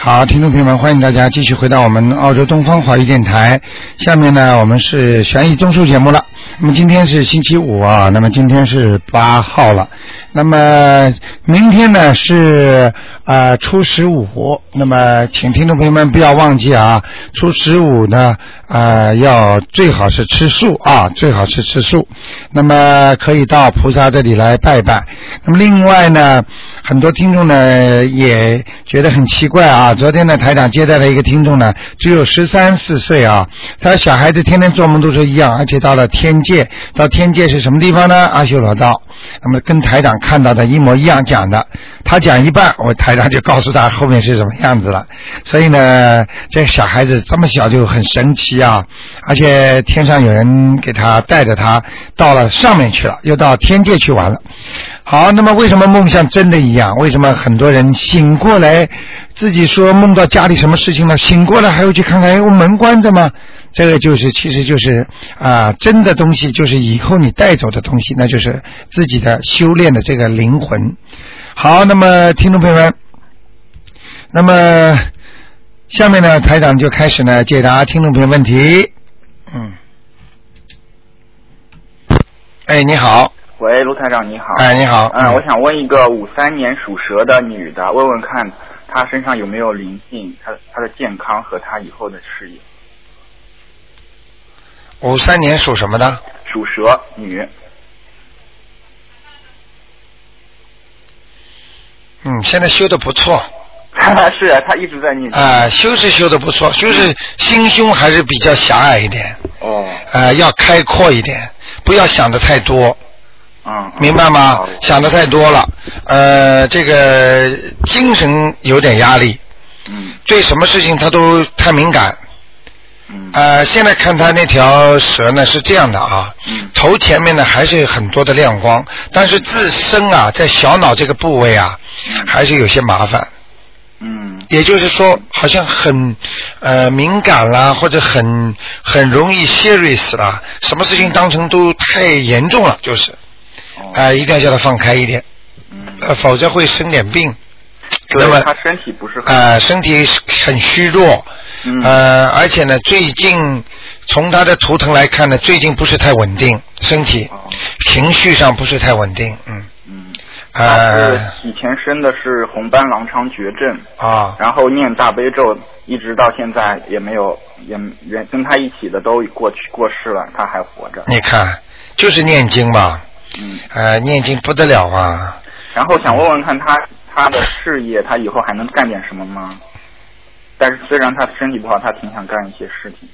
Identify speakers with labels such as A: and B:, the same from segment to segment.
A: 好，听众朋友们，欢迎大家继续回到我们澳洲东方华语电台。下面呢，我们是悬疑综述节目了。那么今天是星期五啊，那么今天是八号了。那么明天呢是啊、呃初十五，那么请听众朋友们不要忘记啊，初十五呢啊、呃要最好是吃素啊，最好是吃素。那么可以到菩萨这里来拜拜。那么另外呢，很多听众呢也觉得很奇怪啊，昨天呢台长接待了一个听众呢，只有十三四岁啊，他小孩子天天做梦都是一样，而且到了天界，到天界是什么地方呢？阿修罗道。那么跟台长看到的一模一样讲的，他讲一半，我台长就告诉他后面是什么样子了。所以呢，这个小孩子这么小就很神奇啊，而且天上有人给他带着他到了上面去了，又到天界去玩了。好，那么为什么梦像真的一样？为什么很多人醒过来，自己说梦到家里什么事情了，醒过来还要去看看，哎，我门关着吗？这个就是，其实就是啊、真的东西就是以后你带走的东西，那就是自己的修炼的这个灵魂。好，那么听众朋友们，那么下面呢，台长就开始呢解答听众朋友问题。嗯，哎，你好，
B: 喂，卢台长你好。
A: 哎，你好，
B: 嗯、我想问一个五三年属蛇的女的，问问看她身上有没有灵性，她她的健康和她以后的事业。
A: 五三年属什么的？
B: 属蛇女，
A: 嗯，现在修的不错，
B: 是她一直在念经。
A: 啊、修是修的不错，就是心胸还是比较狭隘一点，
B: 哦，
A: 呃，要开阔一点，不要想的太多，
B: 嗯，
A: 明白吗
B: 好？
A: 想的太多了，呃，这个精神有点压力，
B: 嗯
A: 对什么事情他都太敏感。
B: 嗯
A: 呃，现在看他那条蛇呢是这样的啊，
B: 嗯
A: 头前面呢还是有很多的亮光，但是自身啊在小脑这个部位啊还是有些麻烦。
B: 嗯
A: 也就是说，好像很呃敏感啦，或者很很容易 serious 啦，什么事情当成都太严重了，就是，
B: 哦
A: 啊、一定要叫他放开一点，
B: 嗯，
A: 呃，否则会生点病，那么
B: 对，她身体不是很
A: 呃，身体很虚弱，
B: 嗯
A: 呃，而且呢，最近从他的图腾来看呢，最近不是太稳定，身体
B: 哦
A: 情绪上不是太稳定，嗯，
B: 嗯，
A: 呃
B: 她，是以前生的是红斑狼疮绝症，
A: 啊，
B: 然后念大悲咒，一直到现在也没有，也原跟他一起的都过去过世了，他还活着。
A: 你看，就是念经嘛，
B: 嗯，
A: 呃，念经不得了啊。
B: 然后想问问看他他的事业，他以后还能干点什么吗？但是虽然他身体不好，他挺想干一些事情，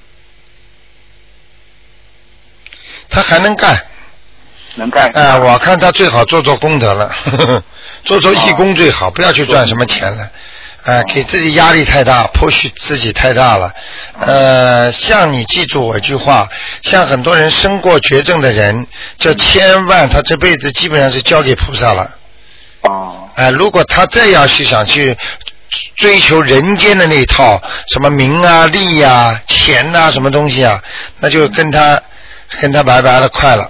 A: 他还能干，
B: 能干。
A: 哎、我看他最好做做功德了， 呵呵做做义工最
B: 哦
A: 好，不要去赚什么钱了。呃，给自己压力太大，迫许自己太大了。呃，像你记住我一句话，像很多人生过绝症的人，这千万他这辈子基本上是交给菩萨了。
B: 哦，
A: 哎、如果他再要去想去追求人间的那一套什么名啊、利啊、钱呐、什么东西啊，那就跟他跟他拜拜了，快了。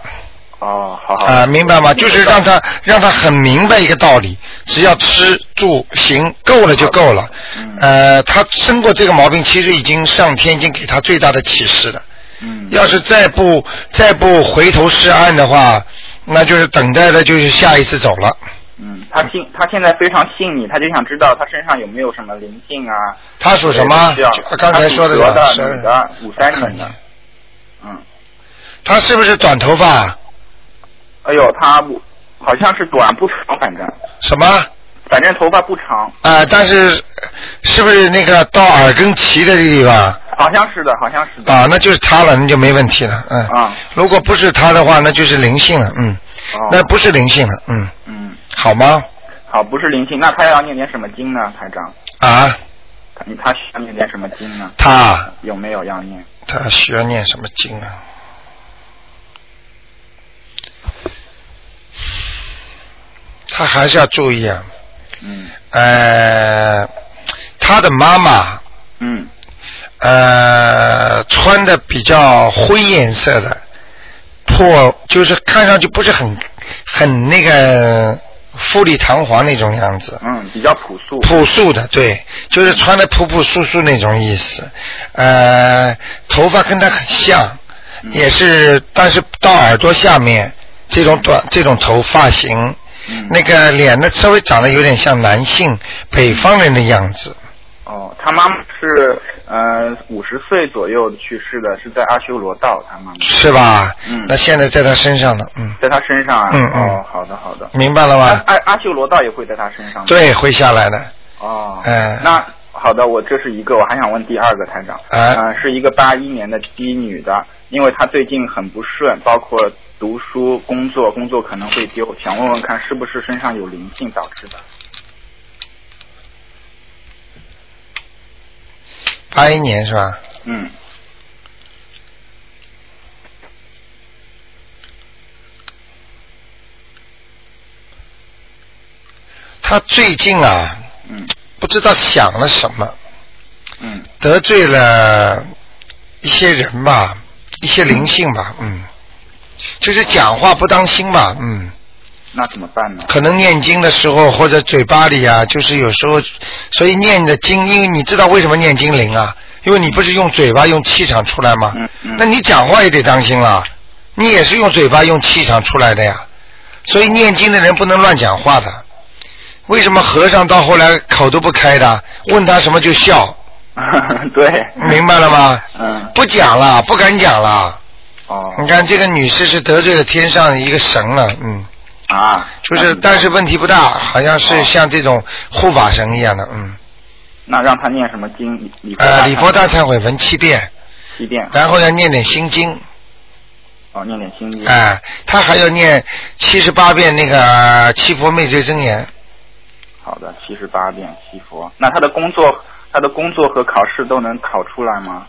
B: 哦，好好。
A: 啊、明白吗？就是让他让他很明白一个道理，只要吃住行够了就够了。
B: 嗯
A: 呃，他生过这个毛病，其实已经上天已经给他最大的启示了。
B: 嗯，
A: 要是再不再不回头是岸的话，那就是等待的就是下一次走了。
B: 嗯，他信，他现在非常信你，他就想知道他身上有没有什么灵性啊？
A: 他属什么
B: 对需要？
A: 就刚才说的
B: 他
A: 吧
B: 属蛇的，女的，五三年的
A: 看。
B: 嗯，
A: 他是不是短头发？
B: 哎呦，他不好像是短不长，反正
A: 什么？啊、
B: 反正头发不长，
A: 但是是不是那个到耳根齐的地方？
B: 好像是的，好像是的。
A: 啊，那就是他了，那就没问题了，嗯。
B: 啊
A: 如果不是他的话，那就是灵性了，嗯，
B: 哦
A: 那不是灵性了，嗯，
B: 嗯，
A: 好吗？
B: 好，不是灵性，那他要念点什么经呢，台长？
A: 啊，
B: 他他需要念点什么经呢？
A: 他啊
B: 有没有要念？
A: 他需要念什么经啊？他还是要注意啊，
B: 嗯
A: 呃，他的妈妈
B: 嗯
A: 呃穿的比较灰颜色的，破就是看上去不是很很那个富丽堂皇那种样子，
B: 嗯，比较朴素。
A: 朴素的，对，就是穿的朴朴素素那种意思。呃，头发跟他很像，
B: 嗯
A: 也是，但是到耳朵下面这种短这种头发型，
B: 嗯，
A: 那个脸呢稍微长得有点像男性北方人的样子。
B: 哦，他妈妈是呃五十岁左右去世的，是在阿修罗道，他妈妈
A: 是吧？
B: 嗯
A: 那现在在他身上了，嗯，
B: 在他身上啊。
A: 嗯嗯
B: 哦，好的好的。
A: 明白了
B: 阿
A: 吧？
B: 阿阿修罗道也会在他身上吗。
A: 对，会下来的。
B: 哦，
A: 嗯
B: 那好的，我这是一个，我还想问第二个台长，
A: 哎
B: 呃是一个八一年的鸡女的，因为她最近很不顺，包括读书、工作，工作可能会丢，想问问看是不是身上有灵性导致的？
A: 八一年是吧？
B: 嗯，
A: 他最近啊，
B: 嗯，
A: 不知道想了什么，
B: 嗯，
A: 得罪了一些人吧，一些灵性吧，嗯，就是讲话不当心吧，嗯，
B: 那怎么办呢？
A: 可能念经的时候或者嘴巴里啊，就是有时候，所以念的经，因为你知道为什么念经灵啊？因为你不是用嘴巴用气场出来吗？
B: 嗯嗯
A: 那你讲话也得当心了，你也是用嘴巴用气场出来的呀，所以念经的人不能乱讲话的。为什么和尚到后来口都不开的？问他什么就笑，
B: 对，
A: 明白了吗？
B: 嗯，
A: 不讲了，不敢讲了。
B: 哦，
A: 你看这个女士是得罪了天上的一个神了，嗯，
B: 啊，哦
A: 就是
B: 那
A: 但是问题不大，好像是像这种护法神一样的，嗯，
B: 那让她念什么经？礼礼佛
A: 呃，礼佛
B: 大嗯
A: 大忏悔文七遍，
B: 七遍，
A: 然后要念点心经，
B: 哦，念点心经，
A: 哎、他还要念七十八遍那个呃七佛灭罪真言，
B: 好的，七十八遍七佛。那他的工作，他的工作和考试都能考出来吗？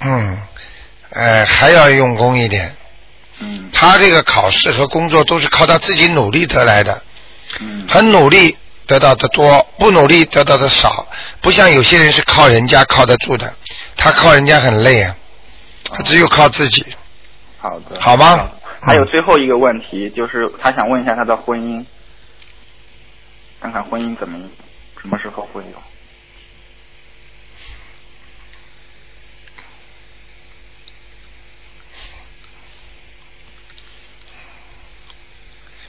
A: 嗯，呃，还要用功一点。
B: 嗯
A: 他这个考试和工作都是靠他自己努力得来的，
B: 嗯
A: 很努力得到的多，不努力得到的少。不像有些人是靠人家靠得住的，他靠人家很累啊，他只有靠自己，
B: 好的。
A: 好吗
B: 的还有
A: 嗯
B: 最后一个问题，就是他想问一下他的婚姻，看看婚姻怎么，什么时候会有？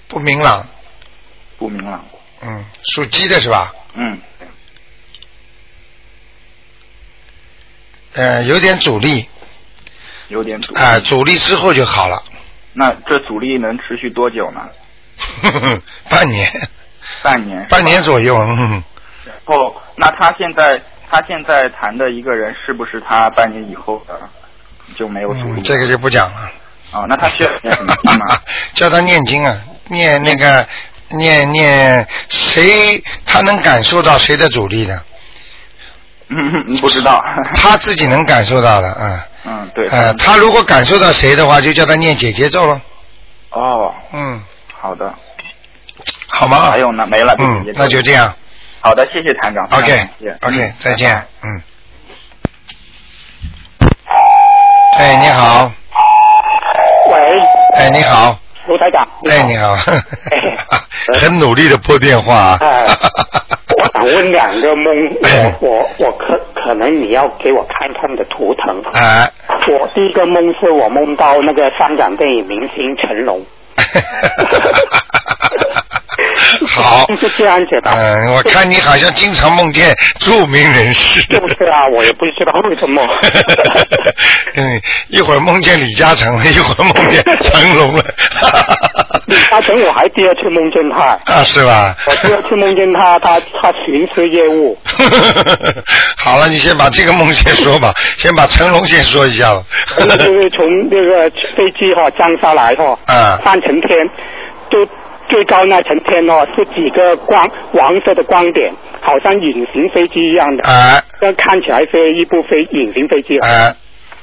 A: 不明朗。
B: 不明朗。
A: 嗯，属鸡的是吧？
B: 嗯，对
A: 呃，有点阻力，
B: 有点阻力。
A: 啊、阻力之后就好了，
B: 那这阻力能持续多久呢？
A: 半年，
B: 半年。
A: 半年。左右。嗯
B: 然后，那他现在他现在谈的一个人，是不是他半年以后的 就没有阻力了？
A: 嗯，这个就不讲了。
B: 啊、那他需要念什么 经吗？
A: 叫他念经啊，念那个念念谁，他能感受到谁的阻力的，
B: 嗯，嗯不知道。
A: 他自己能感受到的啊。
B: 嗯，对。
A: 呃，他如果感受到谁的话，就叫他念姐姐咒了。
B: 哦，
A: 嗯，
B: 好的。
A: 好吗？
B: 还有呢，没了。这个
A: 嗯
B: 啊节，奏
A: 那就这样。
B: 好的，谢谢团长。非常
A: OK 呃
B: 感谢
A: OK，
B: 嗯
A: 再
B: 拜
A: 见
B: 拜。
A: 嗯。哎，你好。
C: 喂，
A: 哎，你好。
C: 卢台 长。
A: 哎，你好
C: 哎，
A: 很努力的拨电话啊
C: 哎。我想问两个梦
A: 哎，
C: 我我我可可能你要给我看看的图腾。
A: 哎，
C: 我第一个梦是我梦到那个香港电影明星成 龙，
A: 好。
C: 是这样子的
A: 嗯，我看你好像经常梦见著名人士。
C: 就是啊，我也不知道为什么。
A: 嗯，一会儿梦见李嘉诚了，一会儿梦见成龙 了。
C: 李嘉诚，我还第二次梦见他，
A: 啊，是吧？
C: 我第二次梦见他，他他巡视业务。
A: 好了，你先把这个梦先说 吧，先把成龙先说一下吧。
C: 就是从那个飞机哈、降下来哈、
A: 啊
C: 三层天，最最高那层天哦是几个光黄色的光点，好像隐形飞机一样的，
A: 哎
C: 这看起来是一部飞隐形飞机，
A: 哎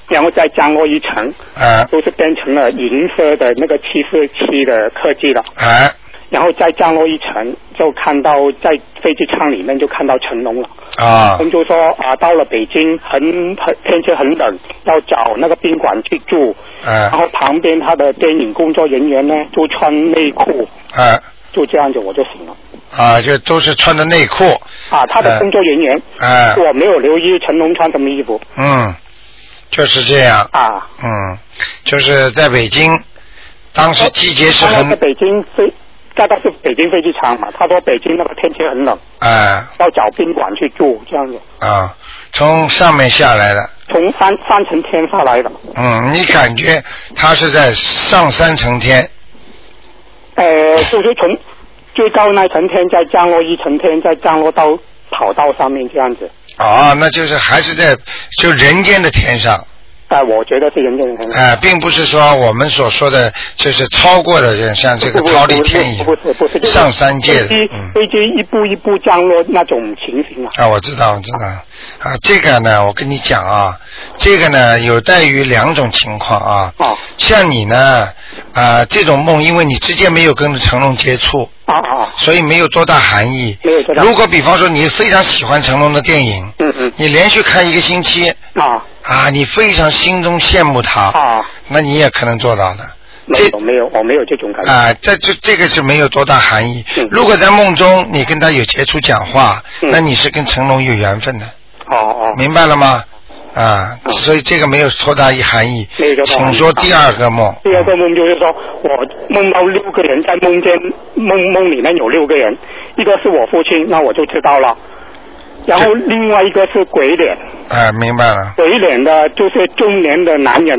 C: 然后再降落一层，
A: 哎
C: 都是变成了银色的那个七四七的科技了。
A: 哎
C: 然后再降落一层，就看到在飞机舱里面就看到成龙了。
A: 啊
C: 他们就说啊，到了北京很很天气很冷，要找那个宾馆去住。
A: 哎
C: 然后旁边他的电影工作人员呢，就穿内裤，
A: 哎
C: 就这样子我就醒了。
A: 啊，就都是穿着内裤，
C: 啊，他的
A: 哎
C: 工作人员，
A: 哎
C: 我没有留意成龙穿什么衣服
A: 嗯，就是这样，
C: 啊。
A: 嗯，就是在北京，当时季节是
C: 他
A: 很
C: 是哦北京飞，大概是北京飞机场嘛。他说北京那个天气很冷，
A: 哎
C: 要找宾馆去住这样子。
A: 啊，从上面下来的，
C: 从三三层天下来的，
A: 嗯，你感觉它是在上三层天，
C: 呃，就是从最高那层天再降落一层天，再降落到跑道上面这样子。
A: 啊，那就是还是在就人间的天上，
C: 哎、我觉得是人间的天。
A: 哎、并不是说我们所说的就是超过的人，像这个
C: 不是
A: 超离天一
C: 不是不是不是，
A: 样，
C: 就是
A: 上三界的，
C: 飞机
A: 嗯。
C: 飞机一步一步降落那种情形啊。
A: 啊，我知道，我知道。啊，这个呢，我跟你讲啊，这个呢有待于两种情况啊。
C: 哦
A: 像你呢，啊、这种梦，因为你之前没有跟成龙接触，
C: 啊啊，
A: 所以没有多大含义。
C: 没有多大
A: 如果比方说你非常喜欢成龙的电影，
C: 嗯嗯
A: 你连续看一个星期
C: 啊
A: 啊，你非常心中羡慕他，
C: 啊，
A: 那你也可能做到的。
C: 没有没有，我没有这种感觉。
A: 啊、这这这个是没有多大含义
C: 嗯。
A: 如果在梦中你跟他有接触讲话，
C: 嗯
A: 那你是跟成龙有缘分的。
C: 哦哦，
A: 明白了吗？啊，
C: 嗯
A: 所以这个没有多大一含义。
C: 没有多大含义
A: 请说第二个梦。
C: 第二个梦就是说，我梦到六个人在梦见梦梦里面有六个人，一个是我父亲，那我就知道了。然后另外一个是鬼脸，
A: 啊，明白了。
C: 鬼脸的就是中年的男人，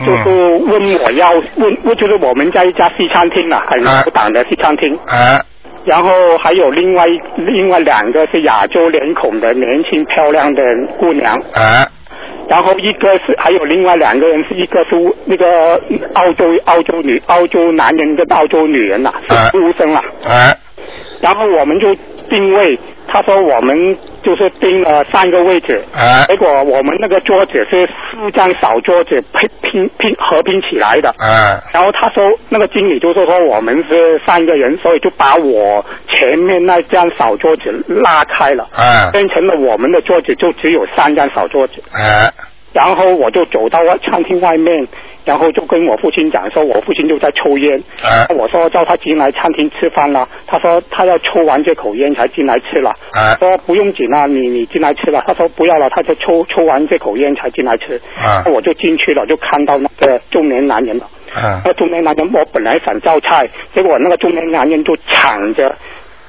A: 嗯
C: 就是问我要问，问就是我们在一家西餐厅啊，很
A: 啊
C: 高档的西餐厅。
A: 啊
C: 然后还有另外一另外两个是亚洲脸孔的年轻漂亮的姑娘，
A: 啊
C: 然后一个是还有另外两个人是一个是那个澳洲澳洲女澳洲男人跟澳洲女人呐、
A: 啊
C: 是出生啊。
A: 啊
C: 然后我们就定位，他说我们就是定了三个位置，
A: 啊
C: 结果我们那个桌子是四张小桌子拼拼拼合拼起来
D: 哎
C: 的。
A: 啊！
C: 然后他说，那个经理就是说我们是三个人，所以就把我前面那张小桌子拉开了，
A: 啊
C: 变成了我们的桌子就只有三张小桌子。
A: 啊！
C: 然后我就走到外餐厅外面，然后就跟我父亲讲说，我父亲就在抽烟。
A: 啊
C: 我说叫他进来餐厅吃饭啦，他说他要抽完这口烟才进来吃啦。
A: 啊
C: 说不用紧啦，你你进来吃吧。他说不要了，他就抽抽完这口烟才进来吃。
A: 啊
C: 我就进去了，就看到那个中年男人了。
A: 啊
C: 那中年男人我本来想叫菜，结果那个中年男人就抢着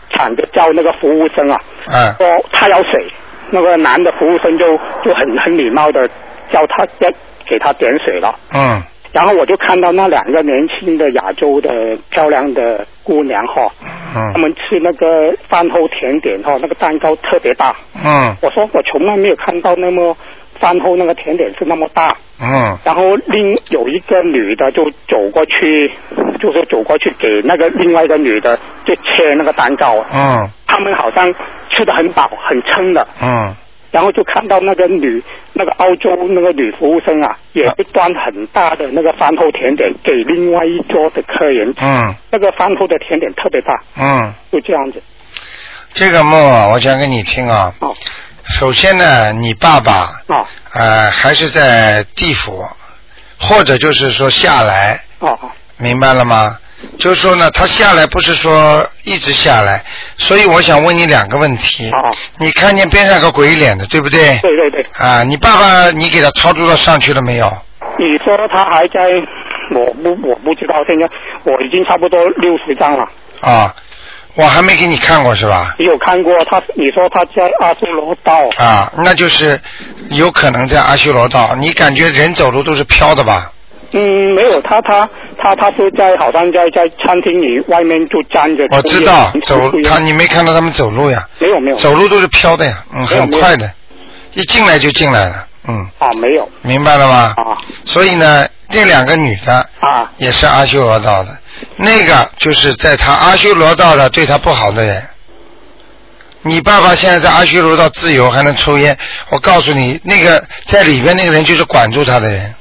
C: 抢着叫那个服务生啊，
A: 啊
C: 说他要水，那个男的服务生就就很很礼貌的叫他要给他点水了。
A: 嗯
C: 然后我就看到那两个年轻的亚洲的漂亮的姑娘哈，她
A: 嗯
C: 们吃那个饭后甜点哈，那个蛋糕特别大。
A: 嗯
C: 我说我从来没有看到那么饭后那个甜点是那么大。
A: 嗯
C: 然后另有一个女的就走过去，就是走过去给那个另外一个女的就切那个蛋糕啊，
A: 嗯
C: 他们好像吃的很饱很撑的，
A: 嗯
C: 然后就看到那个女那个澳洲那个女服务生啊，也
A: 啊
C: 是端很大的那个饭后甜点给另外一桌的客人，
A: 嗯
C: 那个饭后的甜点特别大，
A: 嗯，
C: 就这样子
A: 这个梦啊，我讲给你听啊。
C: 哦
A: 首先呢，你爸爸
C: 哦
A: 呃还是在地府，或者就是说下来，
C: 哦哦
A: 明白了吗？就是说呢，他下来不是说一直下来，所以我想问你两个问题。
C: 哦
A: 你看见边上有个鬼脸的，对不对？
C: 对对对，
A: 啊，你爸爸你给他操作到上去了没有？
C: 你说他还在，我不我不知道现在我已经差不多六十张了。
A: 啊，我还没给你看过是吧？
C: 你有看过他？你说他在阿修罗道
A: 啊，那就是有可能在阿修罗道。你感觉人走路都是飘的吧？
C: 嗯，没有，他他他他是在好像在在餐厅里外面就站着抽烟。
A: 我 知道，走
C: 抽烟
A: 他你没看到他们走路呀？
C: 没有没有
A: 走路都是飘的呀，嗯，
C: 没有
A: 很
C: 没有
A: 快的，一进来就进来了，嗯，
C: 啊没有
A: 明白了吗？
C: 啊
A: 所以呢，这两个女的
C: 啊
A: 也是阿修罗道的，那个就是在他阿修罗道的对他不好的人。你爸爸现在在阿修罗道自由，还能抽烟。我告诉你，那个在里边那个人就是管住他的人。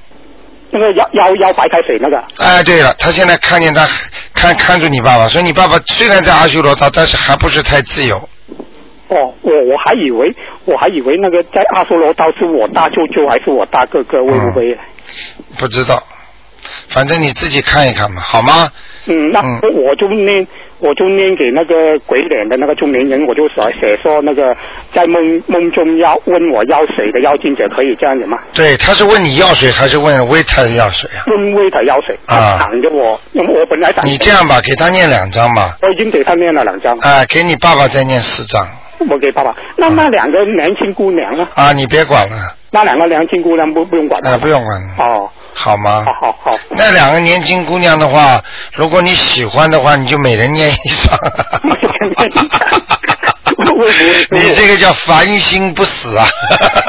C: 那个摇摇摇白开水那个
A: 哎，对了，他现在看见他看看住你爸爸，所以你爸爸虽然在阿修罗道，但是还不是太自由。
C: 哦，我我还以为我还以为那个在阿修罗道是我大舅舅还是我大哥哥，会不会？
A: 啊不知道，反正你自己看一看吧，好吗？
C: 嗯，那
A: 嗯
C: 我就念，我就念给那个鬼脸的那个中年人，我就写写说那个在梦梦中要问我要谁的要进者，可以这样子吗？
A: 对，他是问你要水还是问维他要水啊？
C: 问为他要谁？
A: 啊
C: 他挡着我，因为我本来挡。
A: 你这样吧，给他念两张吧，
C: 我已经给他念了两张，
A: 啊，给你爸爸再念四张
C: 我给爸爸。那那两个年轻姑娘呢？
A: 啊，你别管了，
C: 那两个年轻姑娘不不用管
A: 啊，
C: 了。
A: 不用管了，
C: 哦，
A: 好吗
C: 好？好好。
A: 那两个年轻姑娘的话，如果你喜欢的话，你就每人念一张。 你这个叫烦心不死啊！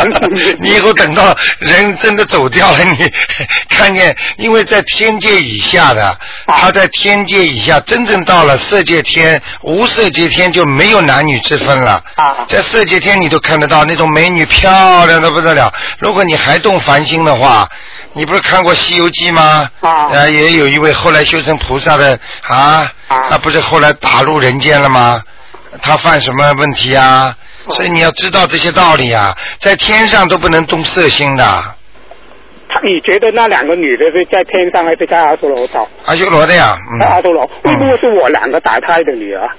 A: 你以后等到人真的走掉了，你 看见，因为在天界以下的，他在天界以下真正到了色界天、无色界天就没有男女之分了。
C: 啊
A: 在色界天你都看得到那种美女漂亮的不得了。如果你还动凡心的话，你不是看过《西游记》吗？
C: 啊
A: 呃，也有一位后来修成菩萨的啊，
C: 啊
A: 他不是后来打入人间了吗？他犯什么问题啊？
C: 哦
A: 所以你要知道这些道理啊，在天上都不能动色心的，
C: 他你觉得那两个女的是在天上还是在阿修罗道？
A: 阿修罗的呀，嗯，
C: 在阿
A: 啊、
C: 修罗，会不会是我两个打胎的女儿？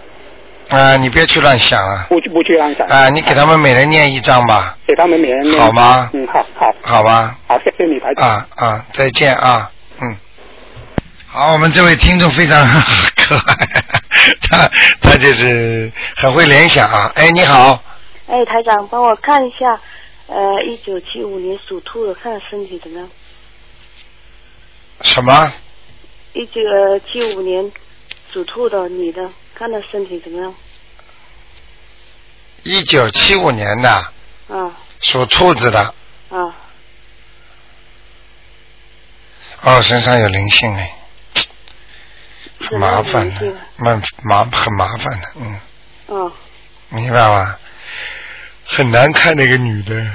A: 你别去乱想啊，
C: 不去不去安展。
A: 啊、你给他们每人念一张吧，
C: 给他们每人念
A: 好吗
C: 嗯，好好
A: 好吧？
C: 好，谢谢你台长。
A: 啊啊，再见啊，嗯。好，我们这位听众非常 可爱，他他就是很会联想啊。哎，你好，
E: 哎，台长，帮我看一下，呃，一九七五年属兔的，看身体怎么样？
A: 什么？
E: 一九呃七五年属兔的女的，看她身体怎么样？
A: 一九七五年的，
E: 啊
A: 属兔子的，
E: 啊，
A: 哦，身上有灵性哎，很
E: 怎么
A: 麻
E: 样
A: 烦
E: 灵
A: 的
E: 性，
A: 蛮麻很麻烦的，嗯，
E: 啊
A: 明白吗？很难看那个女的，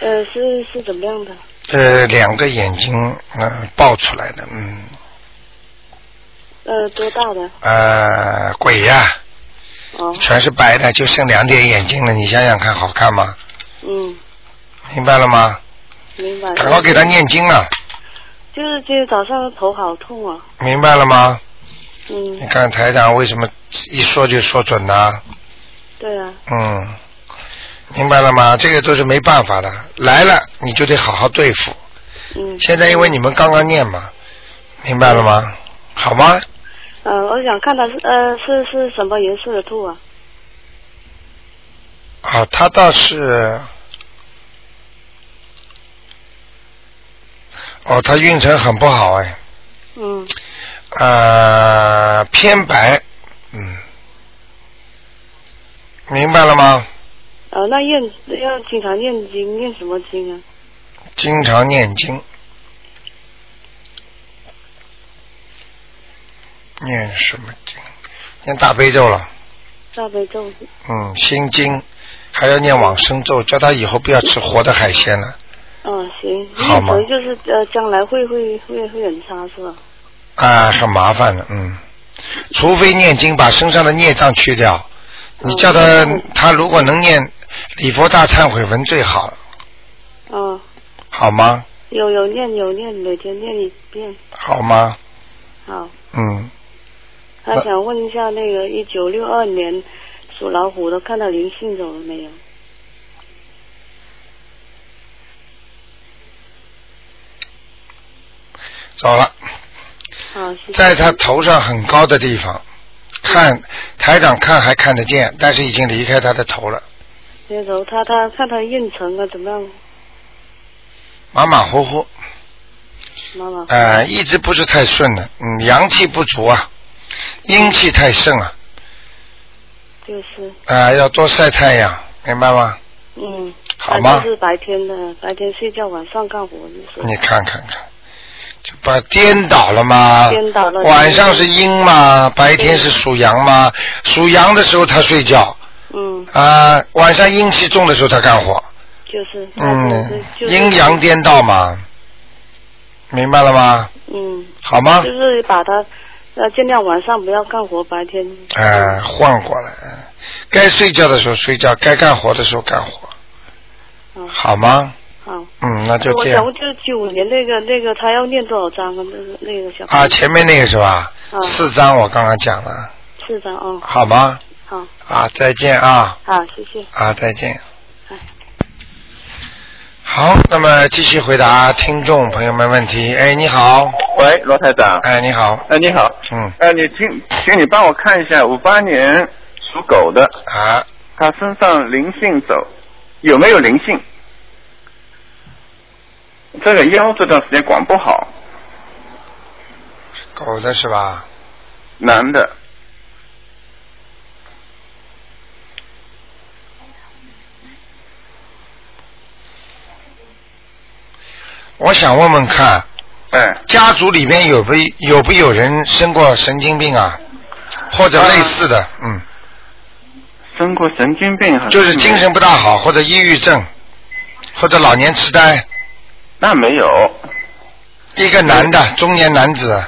E: 呃是是怎么样的？
A: 呃，两个眼睛呃爆出来的，嗯，
E: 呃多大的？
A: 呃，鬼呀、
E: 哦
A: 全是白的，就剩两点眼睛了，你想想看，好看吗？
E: 嗯，
A: 明白了吗？
E: 明白。
A: 赶快给他。念经啊，
E: 就是今天早上头好痛啊，
A: 明白了吗？你
E: 嗯，
A: 看台长为什么一说就说准呢、
E: 对啊，
A: 嗯，明白了吗？这个都是没办法的，来了你就得好好对付。
E: 嗯。
A: 现在因为你们刚刚念嘛，明白了吗？好吗？
E: 呃，我想看她是呃是是什么颜色的兔啊？
A: 啊，他倒是，哦，他运程很不好哎，
E: 嗯，
A: 呃，偏白，嗯，明白了吗？
E: 呃那念要经常念经，念什么经啊？
A: 经常念经，念什么经？念大悲咒了，
E: 大悲咒。
A: 嗯，心经，还要念往生咒，叫他以后不要吃活的海鲜了
E: 嗯，行，
A: 好吗
E: 可能就是呃，将来会会会会很差是吧？
A: 啊，很麻烦的，嗯，除非念经把身上的孽障去掉，你叫他
E: 嗯
A: 他如果能念礼佛大忏悔文最好，
E: 嗯，
A: 好吗？
E: 有有念有念，每天念一遍。
A: 好吗？
E: 好，
A: 嗯，
E: 他
A: 那
E: 想问一下那个一九六二年属老虎的，看到灵性走了没有？
A: 走了。
E: 好，谢谢。
A: 在他头上很高的地方，看台长看还看得见，但是已经离开他的头了，
E: 接着他他看他运程啊怎么样？
A: 马马虎虎，
E: 妈妈。
A: 呃，一直不是太顺的，嗯，阳气不足啊，阴气太盛啊，
E: 就是，
A: 啊、要多晒太阳，明白吗？
E: 嗯。
A: 好吗
E: 他就是白天的，白天睡觉，晚上干活。你说。
A: 你看看看，就把颠倒了嘛，
E: 颠倒了
A: 啊晚上是阴嘛，白天是属阳嘛，属阳的时候他睡觉，
E: 嗯，
A: 啊、晚上阴气重的时候他干活，
E: 嗯就是。他就是
A: 嗯，
E: 就是
A: 阴阳颠倒嘛，明白了吗？
E: 嗯，
A: 好吗
E: 就？是把它呃尽量晚上不要干活，白天
A: 哎、换过来，该睡觉的时候睡觉，该干活的时候干活，
E: 嗯
A: 好吗？
E: 好。
A: 嗯，那就
E: 我
A: 这
E: 想
A: 样
E: 问，。就是九五年那个那个他要念多少章啊？那个那个小
A: 啊，前面那个是吧？
E: 嗯
A: 四张我刚刚讲了，
E: 四章哦，
A: 好吗？
E: 好，
A: 啊，再见啊
E: 好，谢谢。
A: 啊，再见
E: 哎。
A: 好，那么继续回答听众朋友们问题。哎，你好，
D: 喂，罗台长。
A: 哎，你好，
D: 哎，你好。
A: 嗯，
D: 哎，你请，请你帮我看一下，五八年属狗的，
A: 啊，
D: 他身上灵性走有没有灵性？这个腰这段时间管不好，
A: 狗的是吧？
D: 男的，
A: 我想问问看，
D: 哎，
A: 家族里面有没有没有人生过神经病啊，或者类似的，嗯，
D: 生过啊神经病好像
A: 就是精
D: 没有
A: 神不大好，或者抑郁症，或者老年痴呆，
D: 那没有，
A: 一个男的中年男子，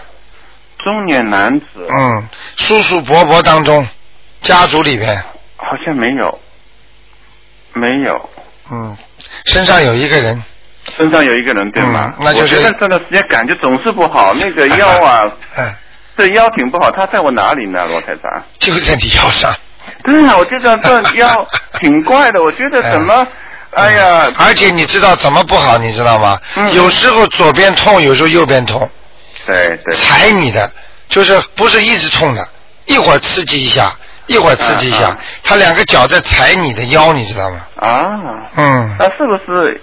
D: 中年男子、
A: 嗯，叔叔伯伯当中，家族里面，
D: 好像没有，没有，
A: 嗯，身上有一个人，
D: 身上有一个人对吗？
A: 嗯那就是
D: 我觉得这段时间感觉总是不好，那 个腰啊，
A: 嗯，
D: 这腰挺不好，它在我哪里呢，罗台长？
A: 就在你腰上，
D: 对啊，我就想这 腰挺怪的，我觉得怎么，哎呀，
A: 嗯而且你知道怎么不好，你知道吗？
D: 嗯
A: 有时候左边痛，有时候右边痛，
D: 对对，
A: 踩你的，就是不是一直痛的，一会儿刺激一下，一会儿刺激一下
D: 嗯嗯，
A: 他两个脚在踩你的腰，你知道吗？
D: 啊，
A: 嗯，
D: 那是不是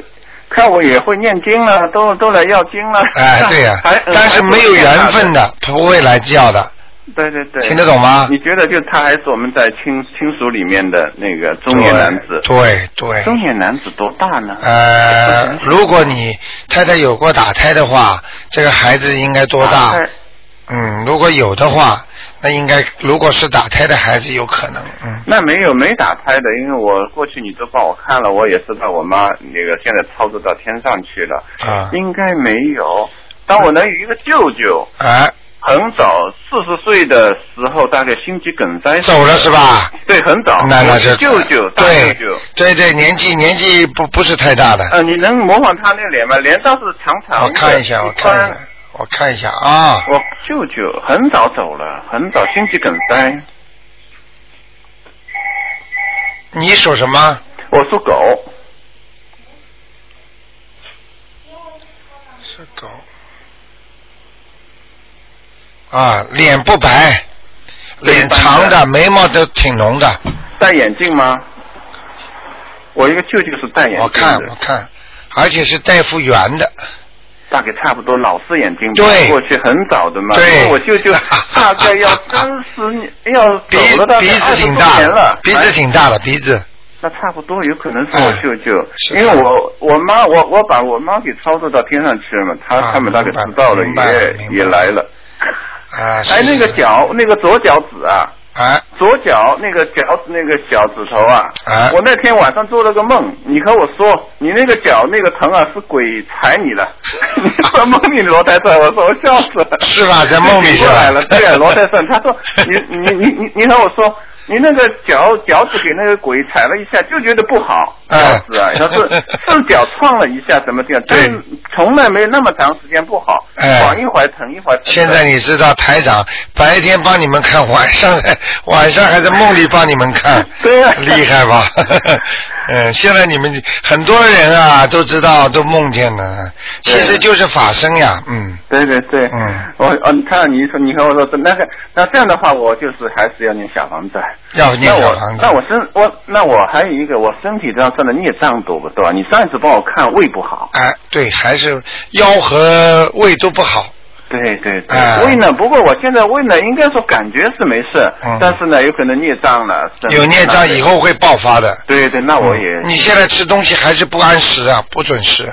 D: 看我也会念经了，都都来要经了？
A: 哎，对呀、
D: 还
A: 但是没有缘分，的，不会来叫的，
D: 对对对，
A: 听得懂吗？
D: 你觉得就他还是我们在亲亲属里面的那个中年男子？
A: 对对。
D: 中年男子多大呢？
A: 呃，如果你太太有过打胎的话，这个孩子应该多大？
D: 哎
A: 嗯，如果有的话，那应该如果是打胎的孩子，有可能。嗯，
D: 那没有没打胎的，因为我过去你都帮我看了，我也知道我妈那个现在操作到天上去了，
A: 啊，
D: 应该没有。但我能有一个舅舅，
A: 哎，
D: 很早四十岁的时候，大概心肌梗塞
A: 走了是吧？
D: 对，很早。
A: 那那是
D: 舅舅，大舅
A: 对
D: 舅。
A: 对对，年纪年纪不不是太大的。
D: 呃，你能模仿他那脸吗？脸倒是长长的。
A: 我看一下，我看一
D: 宽
A: 下，我看一下啊。
D: 我舅舅很早走了，很早心肌梗塞。
A: 你属什么？
D: 我属狗，
A: 是狗。啊，脸不白，脸长的，眉毛都挺浓的。
D: 戴眼镜吗？我一个舅舅是戴眼镜的，
A: 我看我看，而且是带复原的，
D: 大概差不多老式眼镜吧，
A: 对
D: 过去很早的嘛。
A: 对
D: 因为我舅舅大概要三十年，要
A: 鼻
D: 走了大概
A: 鼻子
D: 二十多
A: 挺大
D: 年
A: 的
D: 了，，
A: 鼻子挺大的，鼻子
D: 那差不多有可能是我舅舅，
A: 是
D: 因为我我妈我我把我妈给操作到天上去了嘛，她、
A: 啊
D: 他们大概知道了，
A: 明白了
D: 也
A: 明白了
D: 也来了。
A: 啊。是
D: 哎，那个脚那个左脚趾啊，
A: 啊，
D: 左脚那个脚趾那个小指头啊，
A: 啊
D: 我那天晚上做了个梦，你和我说你那个脚那个疼啊是鬼踩你 了，你说梦里罗台长，我说我笑死了，
A: 是吧在梦里
D: 醒
A: 是吧
D: 过来了，对 啊，罗台长他说你你你你你和我说。你那个脚脚趾给那个鬼踩了一下，就觉得不好，脚
A: 哎
D: 趾啊，他 说是脚撞了一下，怎么这样？但是从来没有那么长时间不好，
A: 哎
D: 晃一会儿疼一会儿疼的。
A: 现在你知道台长白天帮你们看，晚上 晚上还在梦里帮你们看，
D: 对啊
A: 厉害吧？ 嗯，现在你们很多人啊都知道，都梦见了，其
D: 对
A: 实就是法身呀，嗯，
D: 对对对，
A: 嗯
D: 我哦，你看你说你和我说那个，那这样的话，我就是还是要念小房子。
A: 要念小房子
D: 那我那我身我那我还有一个，我身体上算的孽障多不多啊？你上一次帮我看胃不好，
A: 哎，对，还是腰和胃都不好，
D: 对对对，
A: 哎
D: 胃呢？不过我现在胃呢，应该说感觉是没事，
A: 嗯
D: 但是呢，有可能孽障了。是
A: 有孽障以。后会爆发的。嗯
D: 对对，那我也、
A: 你现在吃东西还是不按时啊，不准时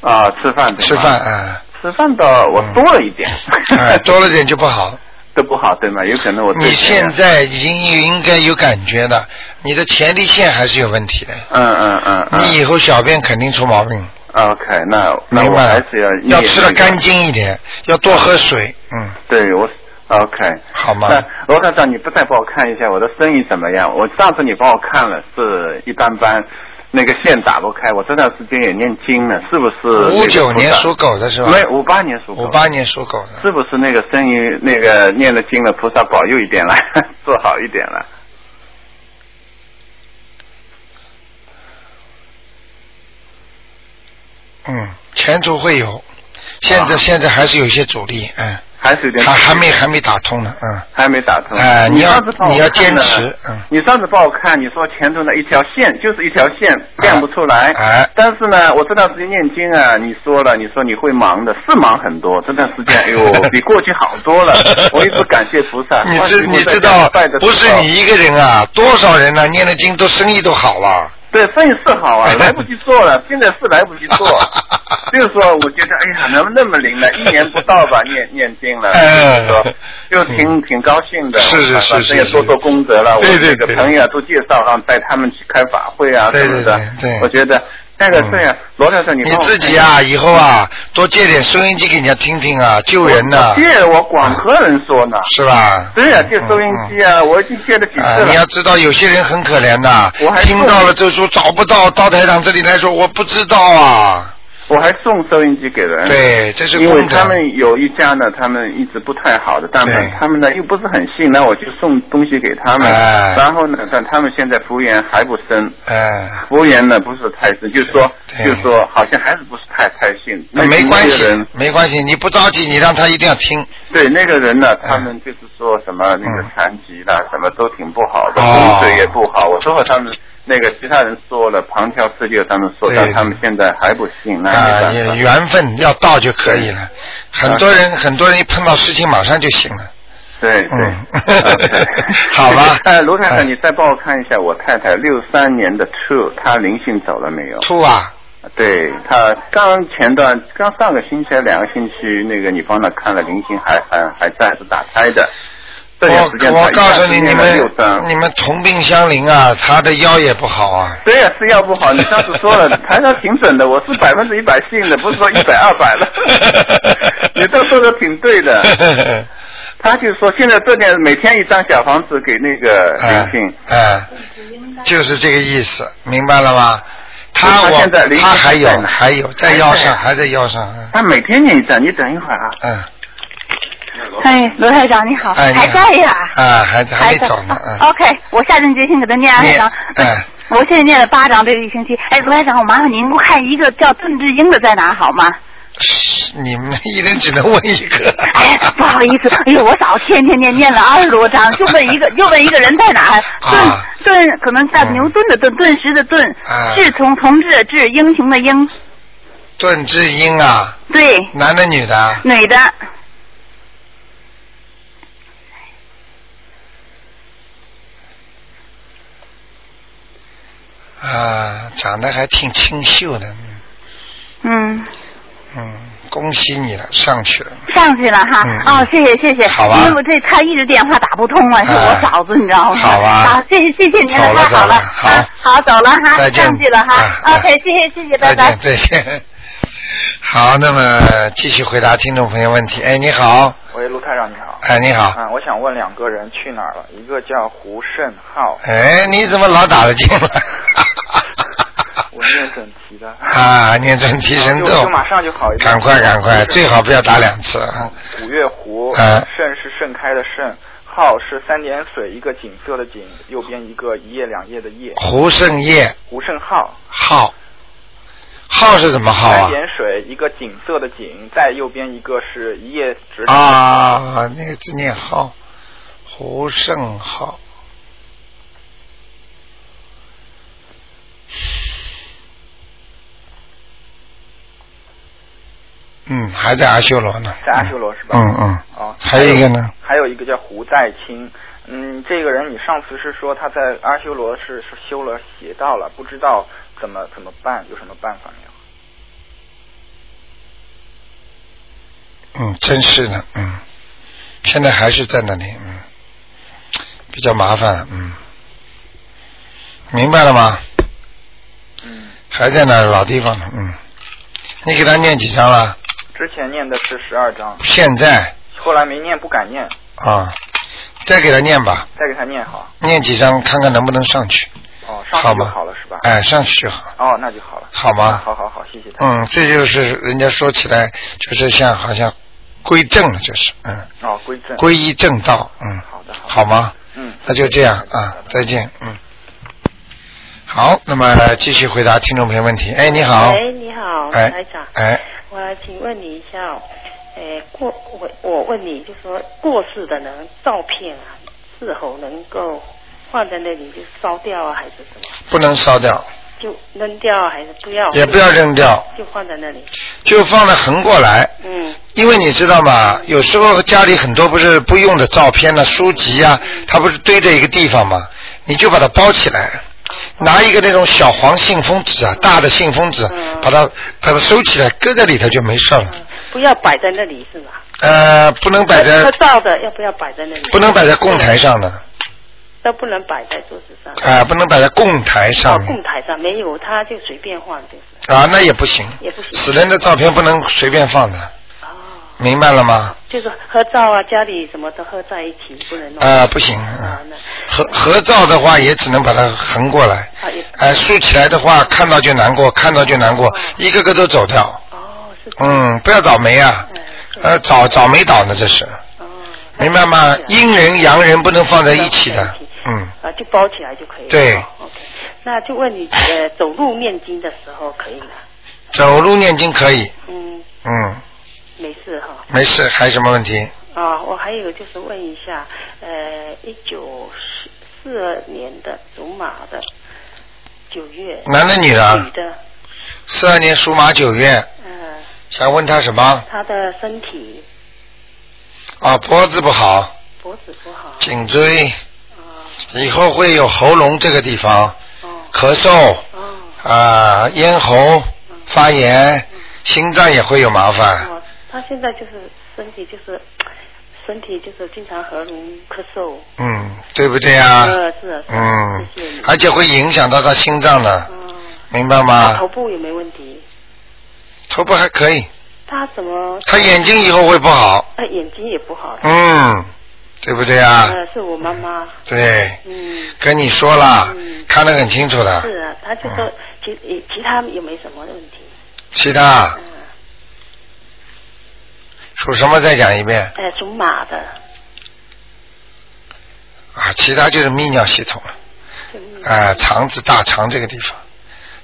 D: 啊，吃饭对
A: 吃
D: 吗
A: 饭，啊，
D: 吃饭倒我多了一点，
A: 哎，多了点就不好。
D: 都不好对吗？有可能我对
A: 你现在已经应该有感觉了，你的前列腺还是有问题的，
D: 嗯嗯嗯，嗯
A: 你以后小便肯定出毛病。
D: 啊 OK，那那
A: 明
D: 我
A: 白
D: 还
A: 了
D: 是要，
A: 要
D: 念
A: 吃的
D: 这个
A: 干净一点，要多喝水，嗯，
D: 对我，OK。
A: 好吗？
D: 那罗科长，你不再帮我看一下我的生意怎么样？我上次你帮我看了是一般般，那个线打不开。我这段时间也念经了，是不是那个菩萨？
A: 五九年属狗的是吧？
D: 没，五八年属狗。
A: 五八。年属狗的，
D: 是不是那个生意那个念了经了，菩萨保佑一点了， 做好一点了？
A: 嗯，前途会有，现在、
D: 啊
A: 现在还是有一些阻力，嗯，
D: 还是有点
A: 还还没还没打通呢，嗯，
D: 还没打通。
A: 哎你要
D: 上次帮我
A: 你要
D: 看
A: 坚
D: 了
A: 持嗯
D: 你上次帮我看，你说前头那一条线就是一条线，
A: 啊
D: 变不出来。
A: 哎，
D: 但是呢，我这段时间念经啊，你说了，你说你会忙的，是忙很多。这段时间，哎呦 比过去好多了。我一直感谢菩萨。
A: 你
D: 观世
A: 知
D: 音菩
A: 你
D: 萨
A: 知道
D: 拜的，时
A: 不
D: 候
A: 是你一个人啊，多少人呢、念了经都生意都好了。。
D: 对，生意是好啊，来不及做了，现在是来不及做 就是说，我觉得，哎呀，能那么灵呢？一年不到吧，念念经了，
A: 哎嗯
D: 就是说，就挺挺高兴的。
A: 是是是
D: 反
A: 是
D: 正也
A: 是
D: 做做功德了。
A: 对对
D: 我这
A: 对
D: 个朋友啊都介绍让带他们去开法会啊，
A: 对
D: 是不是？
A: 对对对
D: 我觉得那个这样，罗先生，你
A: 你
D: 帮我
A: 自
D: 看
A: 己
D: 一下
A: 啊，以后啊，多借点收音机给人家听听啊，救人呐，
D: 我借我广河人说呢。
A: 是吧？
D: 对呀，借收音
A: 嗯嗯
D: 机啊，我已经借了几
A: 啊
D: 次，
A: 你要
D: 了。
A: 知道有些人很可怜的
D: 我，还
A: 听到了就说找不到，到台长这里来说我不知道啊。
D: 我还送收音机给人。
A: 对，这是
D: 因为
A: 功
D: 他
A: 德。
D: 们有一家呢，他们一直不太好的，但
A: 对
D: 他们呢又不是很信，那我就送东西给他们。
A: 哎
D: 然后呢，但他们现在服务员还不深，
A: 哎，
D: 服务员呢不是太深，就是说，
A: 对
D: 就是说好像还是不是太太信。
A: 那没
D: 那
A: 关
D: 那个
A: 系
D: 人，
A: 没关系，你不着急，你让他一定要听。
D: 对那个人呢，他们就是说什么那个
A: 哎嗯
D: 残疾啦，什么都挺不好的，
A: 哦
D: 风水也不好。我都和他们那个其他人说了，旁敲侧击地他们说
A: 对，
D: 但他们现在还不信，那没
A: 啊，
D: 办法
A: 也缘分要到就可以了。很多人，很多人一碰到事情马上就醒了。
D: 对对
A: 嗯，
D: OK
A: 好吧
D: 哎，卢太
A: 哎
D: 太，你再帮我看一下我太太六三年的兔，她灵性走了没有？
A: 吐啊，
D: 对，她刚前段，刚上个星期还两个星期，那个你帮她看了灵性还还还在是打开的。这段时间
A: 我
D: 她
A: 我
D: 一下
A: 告诉
D: 子
A: 你，你
D: 念了
A: 们
D: 六张
A: 你们同病相怜啊，他的腰也不好啊。
D: 对呀、是药不好，你上次说了，台上挺准 的，我是百分之一百信的，不是说一百二百了。 你这说的挺对的。哎他就说现在这点每天一张小房子给那个灵性，
A: 哎、就是这个意思，明白了吗？他
D: 他
A: 我
D: 现在灵性
A: 他还
D: 在
A: 有
D: 哪
A: 还有在腰上
D: 还
A: 还在腰上，嗯
D: 他每天念一张，你等一会儿啊。
A: 嗯，
F: 哎，罗台长你好，
A: 哎，你
F: 还
A: 好
F: 在呀？
A: 啊，还在还
F: 还
A: 没
F: 在
A: 走呢，
F: 啊
A: 嗯，
F: OK，我下定决心给他念二
A: 你
F: 十张。
A: 哎，
F: 我现在念了八张，这个一星期。哎，罗台长，我麻烦您给我看一个叫邓志英的在哪好吗？
A: 你们一人只能问一个，
F: 哎，不好意思，哎呦，我早天天念念了二十多张，就 问一个，就问一个人在哪儿？
A: 啊
F: 顿顿可能在
A: 嗯
F: 牛顿的顿，顿时的顿
A: 啊，
F: 志从同志的志，英雄的英，
A: 段志英啊，
F: 对，
A: 男的女的啊？
F: 女的。
A: 啊，长得还挺清秀的，嗯
F: 嗯，
A: 嗯，恭喜你了，上去了，
F: 上去了哈。
A: 嗯嗯
F: 哦，谢谢谢谢。
A: 好吧
F: 因为我这他一直电话打不通啊，是我
A: 哎
F: 嫂子，你知道吗？
A: 好吧
F: 啊，谢谢谢谢您
A: 走
F: 了，
A: 了
F: 太好了。
A: 走了
F: 啊好，走了哈，
A: 再见
F: 上去了
A: 啊
F: 哈。OK，谢谢谢谢，
A: 再
F: 拜拜
A: 见。再见。 好，那么继续回答听众朋友问题。哎，你好，
B: 喂，卢太长你好。
A: 哎，你好，
B: 啊，我想问两个人去哪儿了，一个叫胡胜浩，
A: 哎，你怎么老打得进来？
B: 我念整齐的。
A: 啊，念准提神
B: 啊
A: 咒
B: 就，马上就好一点。
A: 赶快赶快，
B: 就是
A: 最好不要打两次。
B: 五月湖，
A: 嗯
B: 盛是盛开的盛，浩是三点水一个景色的景，右边一个一夜两夜的夜。
A: 胡胜业
B: 胡胜浩，
A: 浩，浩是什么浩
B: 三
A: 啊？
B: 点水一个景色的景，再右边一个是一夜直。
A: 啊，那个字念浩，胡胜浩。嗯，还在阿修罗呢。
B: 在阿修罗是吧？
A: 嗯嗯。
B: 哦，
A: 还有一个呢？
B: 还有一个叫胡在清，嗯，这个人你上次是说他在阿修罗是是修了邪道了，不知道怎么怎么办，有什么办法没有？
A: 嗯，真是的，嗯，现在还是在那里，嗯，比较麻烦了，嗯，明白了吗？
B: 嗯，
A: 还在那老地方呢，嗯，你给他念几张了？
B: 之前念的是十二章，
A: 现在
B: 后来没念，不敢念，
A: 啊，再给他念吧，
B: 再给他念好。
A: 念几张看看能不能上去，
B: 哦，上
A: 好
B: 去就
A: 吗？
B: 好了是吧？
A: 哎，上去就好。
B: 哦，那就好了。
A: 好吗
B: 好好好，谢谢他。
A: 嗯，这就是人家说起来，就是像好像归正了，就是嗯，
B: 哦，归正。
A: 皈依正道，嗯，
B: 好的，好的。
A: 好吗？
B: 嗯，
A: 那就这样啊，再见，嗯。好，那么继续回答听众朋友问题。哎，你好，
G: 喂，你好，
A: 哎
G: 台长，
A: 哎，
G: 我请问你一下哦，诶，过我我问你，就说过世的人照片啊，是否能够放在那里就烧掉啊，还是什么？
A: 不能烧掉，
G: 就扔掉啊还是不要？
A: 也不要扔掉，
G: 就放在那里。
A: 就放了横过来，
G: 嗯
A: 因为你知道吗？有时候家里很多不是不用的照片呐、书籍啊，它不是堆在一个地方嘛，你就把它包起
G: 哦
A: 来，拿一个那种小黄信封纸
G: 嗯
A: 啊，大的信封纸，把它把它收起来，搁在里头就没事了。
G: 嗯，不要摆在那里是吧？
A: 呃，不能摆
G: 他
A: 在
G: 照的要不要摆在那里？
A: 不能摆在供台上的，啊、
G: 都不能摆在桌子上。
A: 不能摆在供台上
G: 哦，
A: 面
G: 供台上没有，他就随便放，就是
A: 啊，那也不行。
G: 也不行。
A: 死人的照片不能随便放的，
G: 哦，
A: 明白了吗？
G: 就是合照啊，家里什么都合在一起，不能弄。
A: 啊、不行。
G: 啊
A: 嗯，
G: 那
A: 合合照的话，也只能把它横过来。
G: 啊也
A: 哎，竖起来的话，看到就难过，看到就难过，一个个都走掉。
G: 哦是这样。
A: 嗯，不要倒霉啊，
G: 嗯是
A: 呃，倒倒霉倒呢，这是，
G: 哦，
A: 明白吗？阴人阳人不能放在一起的
G: 不能放在一起，
A: 嗯，
G: 啊，就包起来就可以了。
A: 对
G: 哦 OK，那就问你，呃，走路念经的时候可以吗？
A: 走路念经可以，
G: 嗯，
A: 嗯，
G: 没事哈。
A: 没事，还有什么问题？
G: 啊，我还有就是问一下，呃，一九四四二年的属马的九月，
A: 男的女的
G: 女
A: 啊？
G: 的，
A: 四二年属马九月，
G: 呃，
A: 想问他什么？
G: 她的身体
A: 啊，脖子不好，
G: 脖子不好，
A: 颈椎，
G: 啊，
A: 以后会有喉咙这个地方
G: 哦，
A: 咳嗽
G: 哦，嗯
A: 啊、咽喉发炎，心脏也会有麻烦。
G: 哦，她现在就是身体就是。身体就是经常喉咙咳嗽，
A: 嗯，对不对啊？
G: 呃是啊是啊
A: 嗯
G: 谢谢你，
A: 而且会影响到他心脏的，
G: 嗯，
A: 明白
G: 他
A: 吗
G: 头？部有没有问题？
A: 头部还可以，
G: 他怎么？
A: 他眼睛以后会不好。
G: 他眼睛也不好。
A: 嗯，对不对啊？
G: 呃，是我妈妈。
A: 对，
G: 嗯，
A: 跟你说了
G: 嗯，
A: 看得很清楚
G: 是
A: 的。嗯
G: 啊，他就说其也其他也没什么问题。
A: 其他
G: 嗯，
A: 属什么？再讲一遍
G: 呃，属马的，
A: 啊！其他就是泌尿系统了，
G: 嗯
A: 啊，肠子大肠这个地方，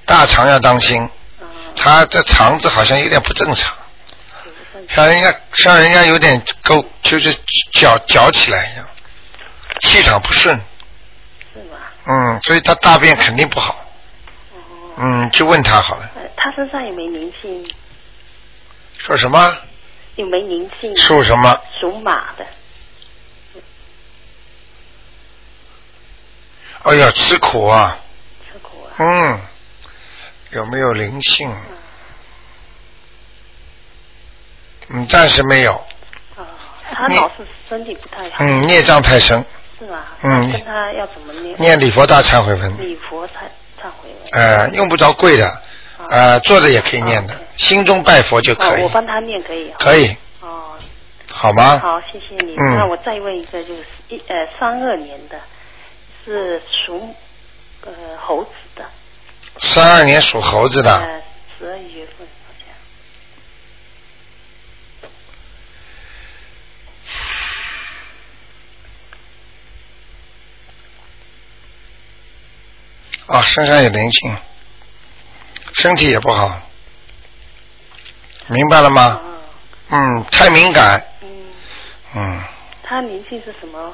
A: 大肠要当心，
G: 啊，
A: 他这肠子好像有点不正常，
G: 有问题。
A: 像人家像人家有点勾，就是绞绞起来一样，气场不顺。
G: 是吗？
A: 嗯，所以他大便肯定不好。
G: 哦，
A: 嗯，就问他好了。
G: 呃，他身上有没有灵性？
A: 说什么？
G: 有没有灵性？
A: 属什么？
G: 属马的，
A: 哎呀，吃苦啊。
G: 吃苦啊。
A: 嗯，有没有灵性？嗯，暂时没有。
G: 哦，他老是身体不太好，
A: 嗯，孽障太深，
G: 是吗？
A: 嗯
G: 跟他要怎么念？
A: 念礼佛大忏悔文，
G: 礼佛忏忏悔文。
A: 呃，用不着跪的，呃，坐着也可以念的
G: 嗯哦，
A: 心中拜佛就
G: 哦
A: 可，
G: 我
A: 以，
G: 帮他念可以。
A: 可。以，
G: 哦，
A: 好吗？
G: 好，谢谢你。
A: 嗯
G: 那我再问一个，就是一呃三二年的，是属呃猴子的，
A: 三二年属猴子的，
G: 呃十二月份好像。
A: 啊，身上有灵性，身体也不好，明白了吗？
G: 哦，
A: 嗯，太敏感。
G: 嗯，
A: 嗯，
G: 他灵性是什么？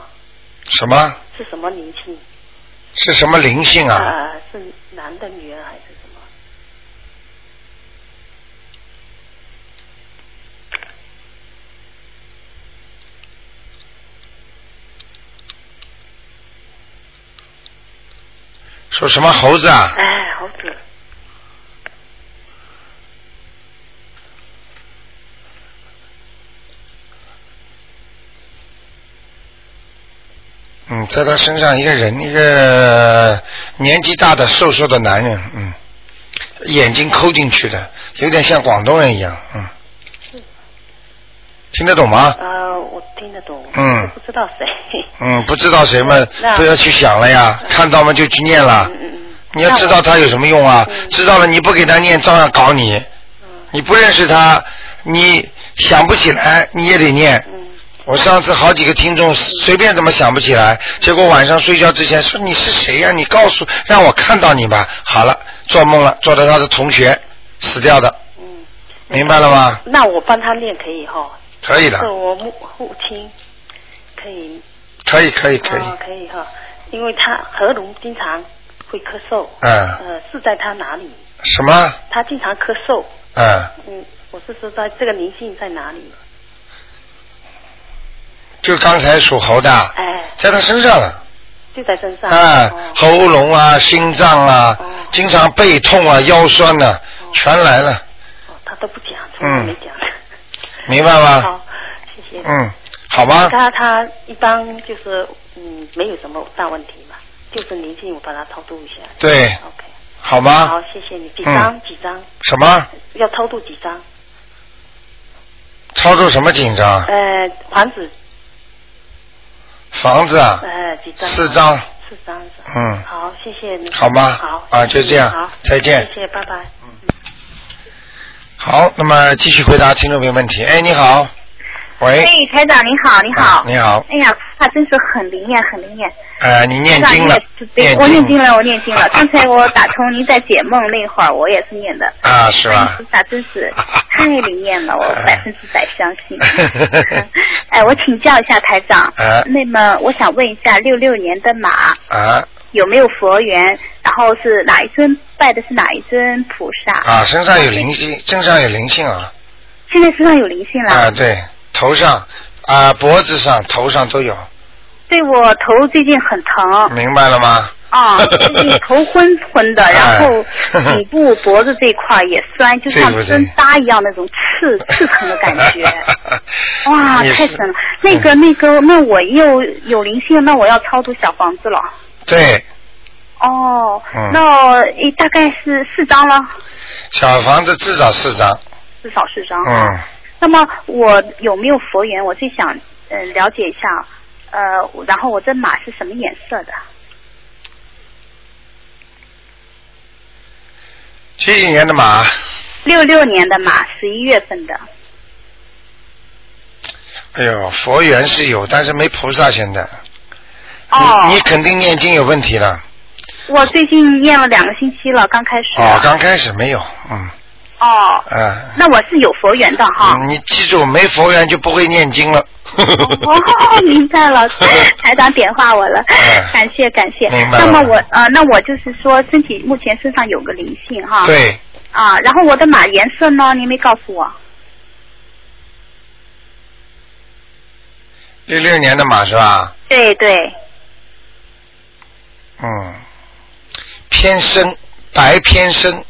A: 什么
G: 是什么灵性？
A: 是什么灵性啊？
G: 呃，是男的、女的还是什么？
A: 说什么猴子啊？
G: 哎，猴子，
A: 嗯，在他身上一个人，一个年纪大的瘦瘦的男人，嗯，眼睛抠进去的，有点像广东人一样，嗯。听得懂吗？
G: 啊，我听得懂，
A: 嗯
G: 我不知道谁。
A: 嗯，不知道谁嘛，
G: 那嗯
A: 不要去想了呀，看到嘛就去念了。你要知道他有什么用啊？知道了你不给他念，照样搞你。你不认识他，你想不起来，你也得念。
G: 嗯
A: 我上次好几个听众随便怎么想不起来，结果晚上睡觉之前说你是谁呀、你告诉让我看到你吧。好了，做梦了，做到他的同学死掉的。
G: 嗯
A: 明白了吗？
G: 那我帮他念可以哈？
A: 可以
G: 是
A: 的，
G: 我母父亲，可以
A: 可以，可以，可以。
G: 啊，可以哈，因为他喉咙经常会咳嗽，
A: 嗯，
G: 呃，是在他哪里？
A: 什么？
G: 他经常咳嗽，
A: 嗯，
G: 嗯，我是说在这个灵性在哪里？
A: 就刚才属猴的。
G: 哎，
A: 在他身上了，
G: 就在身上。
A: 啊，喉咙啊、心脏啊，经常背痛啊、腰酸呐、全来了。哦他都不讲，从来没
G: 讲。
A: 明白吗？
G: 好，谢谢。
A: 嗯，好吧，
G: 他他一般就是嗯，没有什么大问题嘛，就是灵性我把它超度一下。
A: 对，好吗？
G: 好，谢谢你。几张？
A: 嗯
G: 几张？
A: 什么？
G: 要超度几张？
A: 操作什么紧张？
G: 呃，房子。
A: 房子啊，
G: 呃，几张？
A: 四张。
G: 四张是吧。
A: 嗯
G: 好，谢谢你。
A: 好吗
G: 好。
A: 啊就这样
G: 好，
A: 再见
G: 谢谢，拜拜。
A: 好，那么继续回答听众朋友问题。哎，你好，喂，啊
H: 哎，台长你好，你好。
A: 你好，
H: 哎呀，他真是很灵验，很灵验。
A: 呃，你念
H: 台长
A: 经了
H: 哎你也，
A: 念
H: 对，我念
A: 经啊
H: 经了，我念经了。刚才我打通您在解梦那会儿，我也是念的。哎
A: 啊，是吧？
H: 菩萨真是太灵验了，我百分之百相信。
A: 啊
H: 哎，我请教一下台长，
A: 哎
H: 那么我想问一下，六六年的马
A: 啊
H: 有没有佛缘？然后是哪一尊拜的是哪一尊菩萨？
A: 啊，身上有灵性，身上有灵性啊。
H: 现在身上有灵性了。
A: 啊，对，头上啊、脖子上、头上都有，
H: 哦对我头最近很疼。
A: 明白了吗？
H: 啊， 就是头昏昏
A: 哎
H: 的，然后颈部、脖子这一块也酸，就像针扎一样那种 刺刺疼的感觉。哇，
A: 也
H: 太
A: 是嗯
H: 神了！那个、那个，那我又有灵性，那我要超度小房子了。
A: 对，
H: 哦，
A: 嗯
H: 那诶大概是四张了，
A: 小房子至少四张，
H: 至少四张。
A: 嗯，
H: 那么我有没有佛缘？我最想嗯、呃了解一下，呃，然后我这马是什么颜色的？
A: 七几年的马，
H: 六六年的马，十一月份的。
A: 哎呦，佛缘是有，但是没菩萨现在。
H: 哦
A: 你你肯定念经有问题了，
H: 我最近念了两个星期了，刚开始。
A: 哦，刚开始没有，嗯，
H: 啊哦，
A: 啊，
H: 那我是有佛缘的 哈。
A: 你记住，没佛缘就不会念经了，
H: 哦，明白 了，台长点化我了，感谢感谢。
A: 哎明白了
H: 那么我呃，那我就是说，身体目前身上有个灵性哈。。
A: 对，
H: 啊，然后我的马颜色呢？您没告诉我。
A: 六六年的马是吧？
H: 对对，
A: 嗯，偏深，白偏深，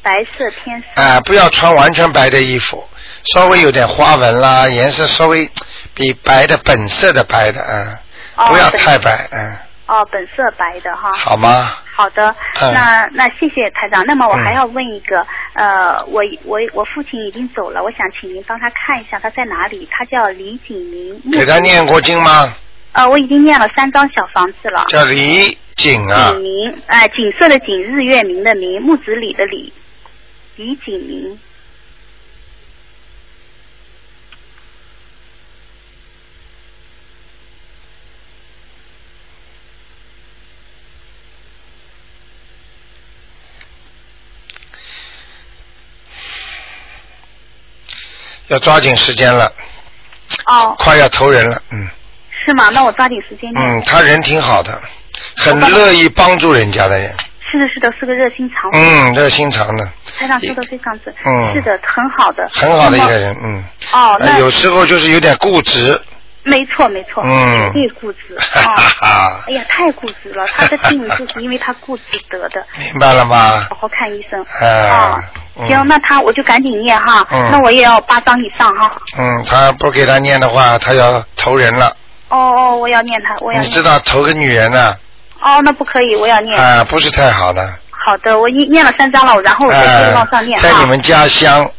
H: 白色偏色。
A: 啊、不要穿完全白的衣服，稍微有点花纹啦，颜色稍微比白的本色的白的，嗯，
H: 哦
A: 不要
H: 本
A: 太白，嗯，
H: 哦，本色白的哈。
A: 好吗？
H: 好的，
A: 嗯
H: 那那谢谢台长。那么我
A: 嗯
H: 还要问一个，呃，我我我父亲已经走了，我想请您帮他看一下他在哪里。他叫李景明。
A: 给他念过经吗？
H: 呃，我已经念了三张小房子了。
A: 叫李景啊，
H: 景明，哎、景色的景，日月明的明，木子李的李，李景明。
A: 要抓紧时间了，
H: 哦，
A: 快要投人了，嗯
H: 是吗？那我抓紧时间念。
A: 嗯，他人挺好的，很乐意帮助人家的人，
H: 是的，是的，是个热心肠。。
A: 嗯，热心肠的，
H: 台长说的非常准。
A: 嗯
H: 是的，很好的。
A: 很好的一
H: 那么
A: 个。人，嗯，
H: 哦，
A: 呃
H: 那
A: 有时候就是有点固执，
H: 没错没错，
A: 嗯
H: 绝对固执。
A: 哈
H: 哦。
A: 哈哈，
H: 哎呀，太固执了，他的病 就是因为他固执得的。
A: 明白了吗？
H: 好好看医生。
A: 啊，嗯
H: 行，那他我就赶紧念哈，
A: 嗯
H: 那我也要八张以上哈。
A: 嗯，他不给他念的话，他要投人了。
H: 哦哦，我要念他，我要
A: 你哎
H: 念。
A: 知道投个女人呢、啊
H: 哦，那不可以，我要念。
A: 啊，不是太好的。
H: 好的，我念念了三张了，然后我再往上念
A: 哎在
H: 啊
A: 你。们家乡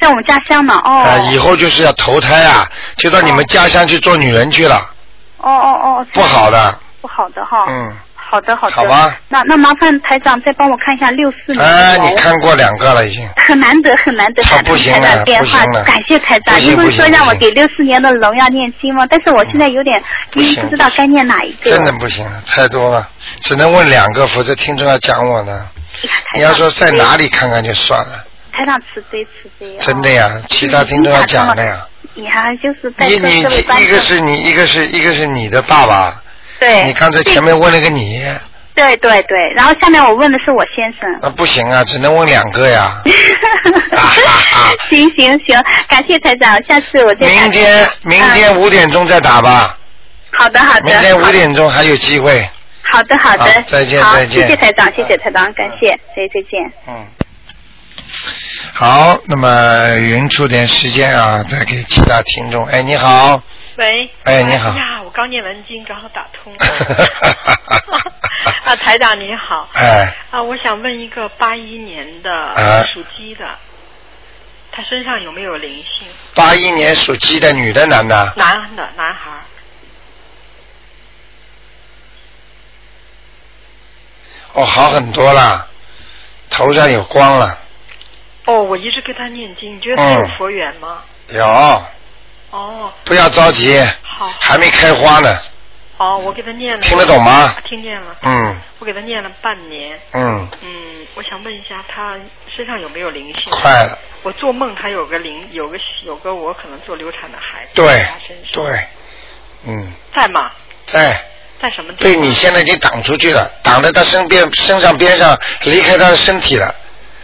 H: 在我们家乡呢，哦。
A: 啊，以后就是要投胎啊，就到你们家乡去做女人去了，
H: 哦哦哦。
A: 不好的，
H: 不好的哈。
A: 嗯。
H: 好的好的。
A: 好吧。
H: 那那麻烦台长再帮我看一下六四年的
A: 哎，
H: 狗
A: 你看过两个了已经，
H: 很难得，很难得
A: 他
H: 打
A: 不
H: 通
A: 行
H: 台
A: 了
H: 长电
A: 不
H: 话
A: 行了，啊
H: 感谢台长
A: 不。行
H: 您
A: 不
H: 不是
A: 行
H: 说
A: 不
H: 让我
A: 行嗯
H: 给六四年的龙要念经吗？但是我现在有点因为
A: 行
H: 不知道该念哪一个。
A: 真的不行了，太多了，只能问两个，否则听众要讲我呢。你要说在哪里看看就算了，
H: 台长慈悲慈悲。
A: 真的呀，其他听众要讲的呀。
H: 你还就是在
A: 你
H: 跟
A: 你
H: 各位观
A: 一
H: 众
A: 个是你，一个是一个是你的爸爸，
H: 对，
A: 你刚才前面问了个你，
H: 对对对，然后下面我问的是我先生。
A: 那不行啊，只能问两个呀。
H: 行行行，感谢台长，下次我再打。嗯
A: 明天明天五点钟再打吧，
H: 好的啊好的。
A: 明天
H: 好
A: 五
H: 的
A: 点钟还有机会。
H: 好的好的
A: 好，再见
H: 好
A: 再见
H: 谢谢台长，谢谢台长，感谢，再再见。
A: 嗯。好，那么匀出点时间啊，再给其他听众。哎，你好，
I: 喂，
A: 哎你好
I: 呀，我刚念完经，刚好打 通了。啊，台长您好。
A: 哎，
I: 啊，我想问一个八一年
A: 啊
I: 的属鸡的，他身上有没有灵性？
A: 八一年属鸡的女的男的，
I: 男的，男孩儿。
A: 哦，好很多了，头上有光了，
I: 哦，我一直给他念经，你觉得他有佛缘吗？
A: 有，
I: 哦
A: 嗯不要着急，还没开花呢，
I: 哦，我给他念了。
A: 听得懂吗
I: 听见了。
A: 嗯
I: 我给他念了半年。
A: 嗯，
I: 嗯，我想问一下，他身上有没有灵性？
A: 快了，
I: 我做梦他有个灵，有个有个我可能做流产的孩子。
A: 对
I: 在他身上
A: 对，嗯，
I: 在吗？
A: 在
I: 在什么地方？
A: 被你现在已经挡出去了，挡在他身边身上边上，离开他的身体了，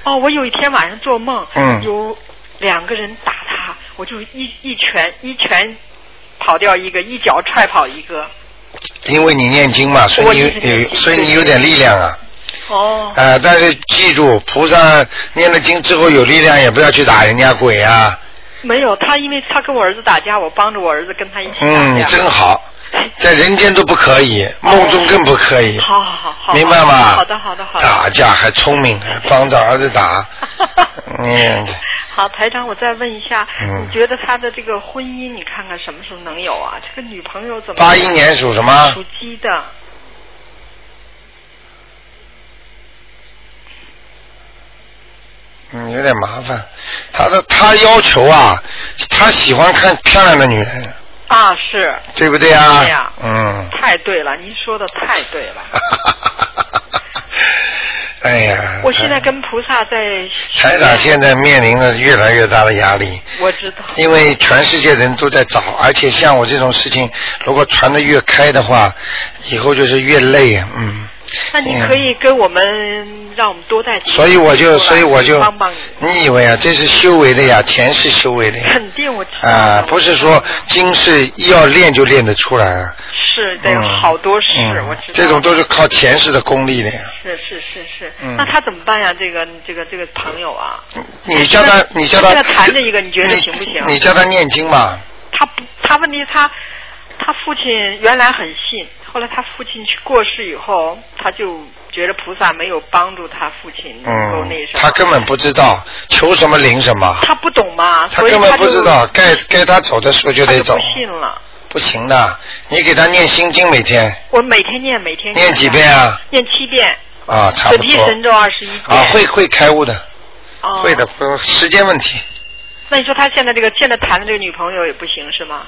I: 哦，我有一天晚上做梦，
A: 嗯
I: 有两个人打他，我就一一拳一拳跑掉一个，一脚踹跑一个。
A: 因为你念经嘛，所以
I: 我一直
A: 你
I: 念
A: 有
I: 经
A: 所以你有点力量啊。
I: 哦，
A: 呃，但是记住，菩萨念了经之后有力量，也不要去打人家鬼啊。
I: 没有，他因为他跟我儿子打架，我帮着我儿子跟他一起打架。
A: 嗯，你真好，在人间都不可以，梦中更不可以。
I: 好好哦好好，
A: 明白吗
I: 好的好的好的。
A: 打架还聪明，还帮着儿子 打。嗯，
I: 好，台长，我再问一下，
A: 嗯
I: 你觉得他的这个婚姻，你看看什么时候能有啊？这个女朋友怎么？
A: 81年属什么
I: 属鸡的。
A: 嗯，有点麻烦。他的他要求啊，他喜欢看漂亮的女人，
I: 啊，是。
A: 对不对啊？
I: 对呀、
A: 嗯，
I: 太对了，您说的太对了。
A: 哎呀，
I: 我现在跟菩萨在，
A: 台长现在面临了越来越大的压力。
I: 我知道。
A: 因为全世界人都在找，而且像我这种事情，如果传的越开的话，以后就是越累，嗯。
I: 那你可以跟我们，让我们多带几个
A: 所以我就，
I: 出来
A: 所以我就
I: 帮帮你。，
A: 你以为啊，这是修为的呀，前世修为的呀，
I: 肯定我知道
A: 啊，不是说今世要练就练得出来啊，
I: 是得有
A: 嗯
I: 好多事，
A: 嗯
I: 我知道。
A: 这种都是靠前世的功力的呀。
I: 是是是是，
A: 嗯
I: 那他怎么办呀？这个这个这个朋友啊，
A: 你叫他，你叫他
I: 现在谈着一个，你觉得行不行？
A: 你叫他念经嘛，
I: 他不，他问题他他父亲原来很信，后来他父亲去过世以后，他就觉得菩萨没有帮助他父亲能够
A: 嗯
I: 哦那，什么，
A: 他根本不知道求什么灵什么，
I: 他不懂嘛，
A: 他
I: 所以
A: 根本
I: 他就
A: 不知道该该他走的时候就
I: 他
A: 得
I: 就
A: 走
I: 不。信了。
A: 不行的，你给他念心经每天
I: 我每天念，每天
A: 念几遍啊？
I: 念七遍，
A: 啊，差
I: 准
A: 不
I: 提
A: 多
I: 神咒二十一遍。
A: 啊，会会开悟的，
I: 哦
A: 会的，。不时间问题。
I: 那你说他现在这个现在谈的这个女朋友也不行是吗？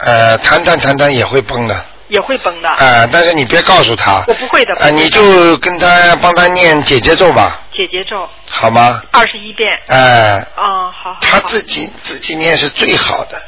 A: 呃，谈谈谈谈也会崩的，
I: 也会崩的。
A: 啊，但是你别告诉他，
I: 我不会的。不
A: 啊，
I: 会的
A: 你就跟他帮他念姐姐咒吧，
I: 姐姐咒
A: 好吗？
I: 二十一遍。
A: 哎，
I: 啊，好。
A: 他自己自己念是最好的，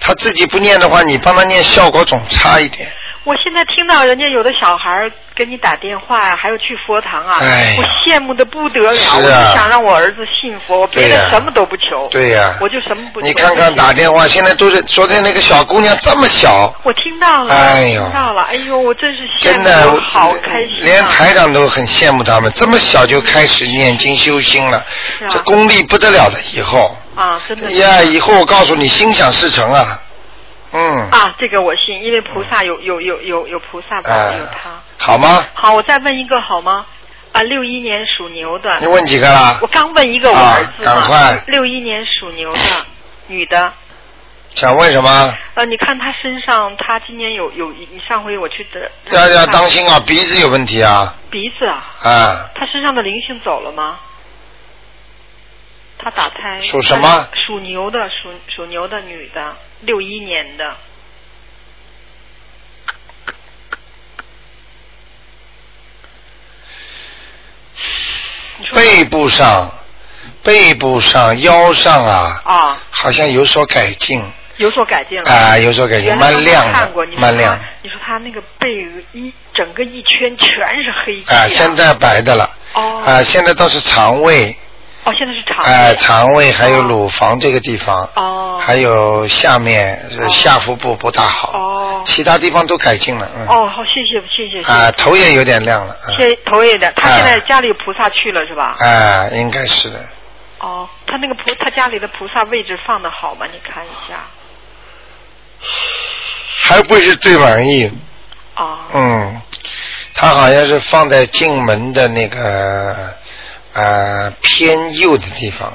A: 他自己不念的话，你帮他念效果总差一点。
I: 我现在听到人家有的小孩儿给你打电话呀、还有去佛堂啊，
A: 哎呀
I: 我羡慕的不得了。
A: 是啊
I: 我就想让我儿子信佛，我别
A: 对呀
I: 的什么都不求。
A: 对呀
I: 我就什么不求。
A: 你看看打电话，现在都是昨天那个小姑娘这么小，
I: 我听到了，
A: 哎呦
I: 听到了，哎呦，我真是羡
A: 真
I: 慕，
A: 的，
I: 我好开心、啊。
A: 连台长都很羡慕他们，这么小就开始念经修心了，
I: 是啊
A: 这功力不得了的。以后，
I: 啊，真的
A: 呀，以后我告诉你，心想事成啊，嗯，
I: 啊，这个我信，因为菩萨有有有有有菩萨保佑
A: 哎
I: 他。
A: 好吗？
I: 好，我再问一个好吗？啊，六一年属牛的。
A: 你问几个啦
I: 我刚问一个我儿子
A: 啊赶快
I: 六一年属牛的女的，
A: 想问什么？
I: 呃，你看她身上，她今年有有一，你上回我去的。
A: 要要当心
I: 嗯
A: 啊，鼻子有问题啊，
I: 鼻子啊，
A: 啊，
I: 她身上的灵性走了吗？她打胎。
A: 属什么？
I: 属牛的，属属牛的女的，六一年的。
A: 背部上、背部上、腰上啊，
I: 啊，
A: 好像有所改进
I: 有所改进了。
A: 啊，有所改进，
I: 原来
A: 蛮亮
I: 我看过你
A: 的，
I: 说
A: 蛮亮
I: 她。你说她那个背一整个一圈全是黑气
A: 啊，现在白的了。
I: 哦
A: 啊，现在倒是肠胃，
I: 哦，现在是肠胃。
A: 啊，肠胃还有乳房这个地方，哦，还有下面呃
I: 哦
A: 下腹部不大好，哦，其他地方都改进了，嗯，
I: 哦，好，谢谢，谢谢。谢谢
A: 啊，头也有点亮了，嗯
I: 谢头也的，他现在家里有菩萨去了是吧？
A: 啊，应该是的，
I: 哦，他那个菩他家里的菩萨位置放的好吗？你看一下。
A: 还不是最满意。
I: 哦。
A: 嗯，他好像是放在进门的那个呃偏右的地方，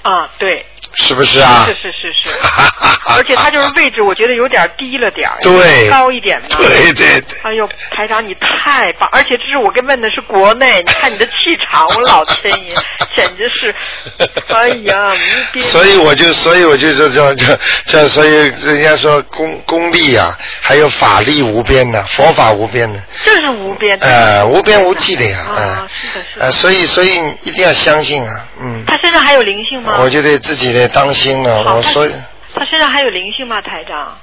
I: 啊，对。
A: 是不是啊
I: 是？是是是。 而且他就是位置，我觉得有点低了点儿，
A: 对
I: 高一点的。
A: 对对对。
I: 哎呦，台长你太棒！而且这是我跟问的是国 内，你看你的气场，我老天爷，简直是，哎呀，无边。
A: 所以我就，所以我就说这这这，所以人家说功功力啊，还有法力无边的，佛法无边的，
I: 这是无边的。
A: 呃，无边无际的呀，啊，呃，所以所以你一定要相信啊，嗯，
I: 他身上还有灵性吗？
A: 我就对自己得当心了，
I: 啊好
A: 我
I: 他
A: 所以
I: 他身上还有灵性吗，台长？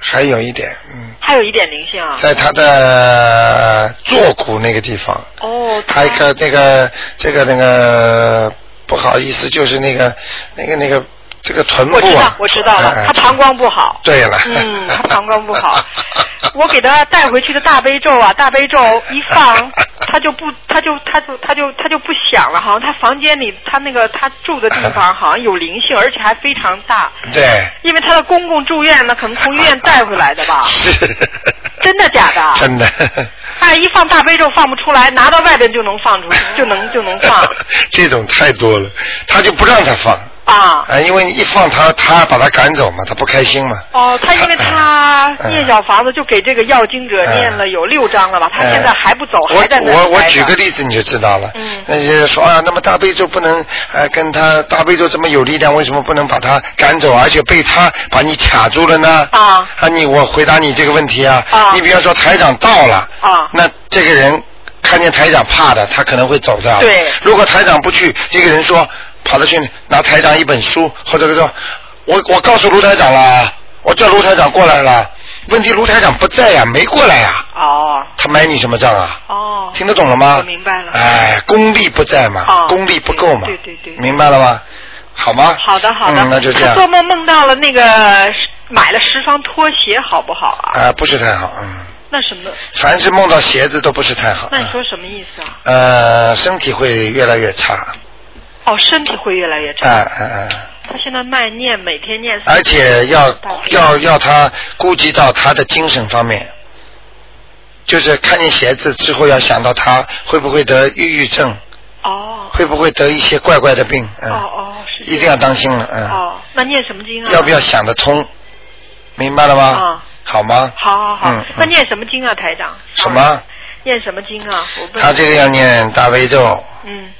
A: 还有一点，嗯，
I: 还有一点灵性啊。
A: 在他的坐骨那个地方，
I: 哦，
A: 还有一个那个这个那个不好意思，就是那个那个那个这个臀
I: 我
A: 部
I: 知道
A: 啊，，
I: 我知道了
A: 哎，
I: 他膀胱不好。
A: 对了，
I: 嗯，他膀胱不好。 我给他带回去的大悲咒啊，大悲咒一 放，他就不，他就，他就，他就，他就不响了。好像他房间里，他那个他住的地 方好像有灵性，而且还非常大。
A: 对，
I: 因为他的公公住院呢，可能从医院带回来的吧？
A: 是
I: 真的假 的？
A: 真的，
I: 哎，一放大悲咒放不出来，拿到外边就能放出，就能就能放
A: 这种太多了，他就不让他放
I: 啊。
A: 啊，因为你一放他，他把他赶走嘛，他不开心嘛，
I: 哦，他因为他
A: 嗯
I: 念小房子就给这个要经者念了有六章了吧？他
A: 嗯
I: 现在还不走，
A: 哎我
I: 还在那里
A: 我我
I: 待着
A: 举个例子你就知道了。嗯。那些说啊，那么大悲咒不能呃跟他大悲咒这么有力量，为什么不能把他赶走，而且被他把你卡住了呢？
I: 啊。
A: 啊，你我回答你这个问题啊。啊。你比方说台长到了。
I: 啊。
A: 那这个人看见台长怕的，他可能会走的。啊
I: 对
A: 如果台长不去，这个人说跑到去拿台长一本书，或者说，我我告诉卢台长了啊，我叫卢台长过来了。问题卢台长不在呀、没过来呀、
I: 哦
A: 他买你什么账啊？
I: 哦，
A: 听得懂了吗
I: 我？明白了。
A: 哎，功力不在嘛，
I: 哦
A: 功力不够嘛，
I: 对对对对
A: 明白了吗？好吗？
I: 好的好的，
A: 嗯，那就这
I: 他做
A: 样。
I: 梦梦到了那个买了十双拖鞋，好不好啊？
A: 啊，不是太好，嗯，
I: 那什么？
A: 凡是梦到鞋子都不是太好，
I: 那你说什么意思啊？
A: 呃，身体会越来越差，
I: 哦，身体会越来越
A: 哎
I: 差。
A: 哎哎，
I: 他现在慢念，每天念。
A: 而且要
I: 大悲咒
A: 要要他顾及到他的精神方面，就是看见鞋子之后要想到他会不会得抑郁症，
I: 哦
A: 会不会得一些怪怪的病，嗯，
I: 哦哦，是这
A: 一
I: 样
A: 定要当心了，嗯，
I: 哦，那念什么经啊？
A: 要不要想得通？明白了吗？
I: 啊？
A: 好吗？
I: 好好好
A: 嗯，
I: 那
A: 嗯
I: 念什么经啊，台长？
A: 什么？
I: 念什么经啊？我问
A: 他这个要念大悲咒，
I: 嗯，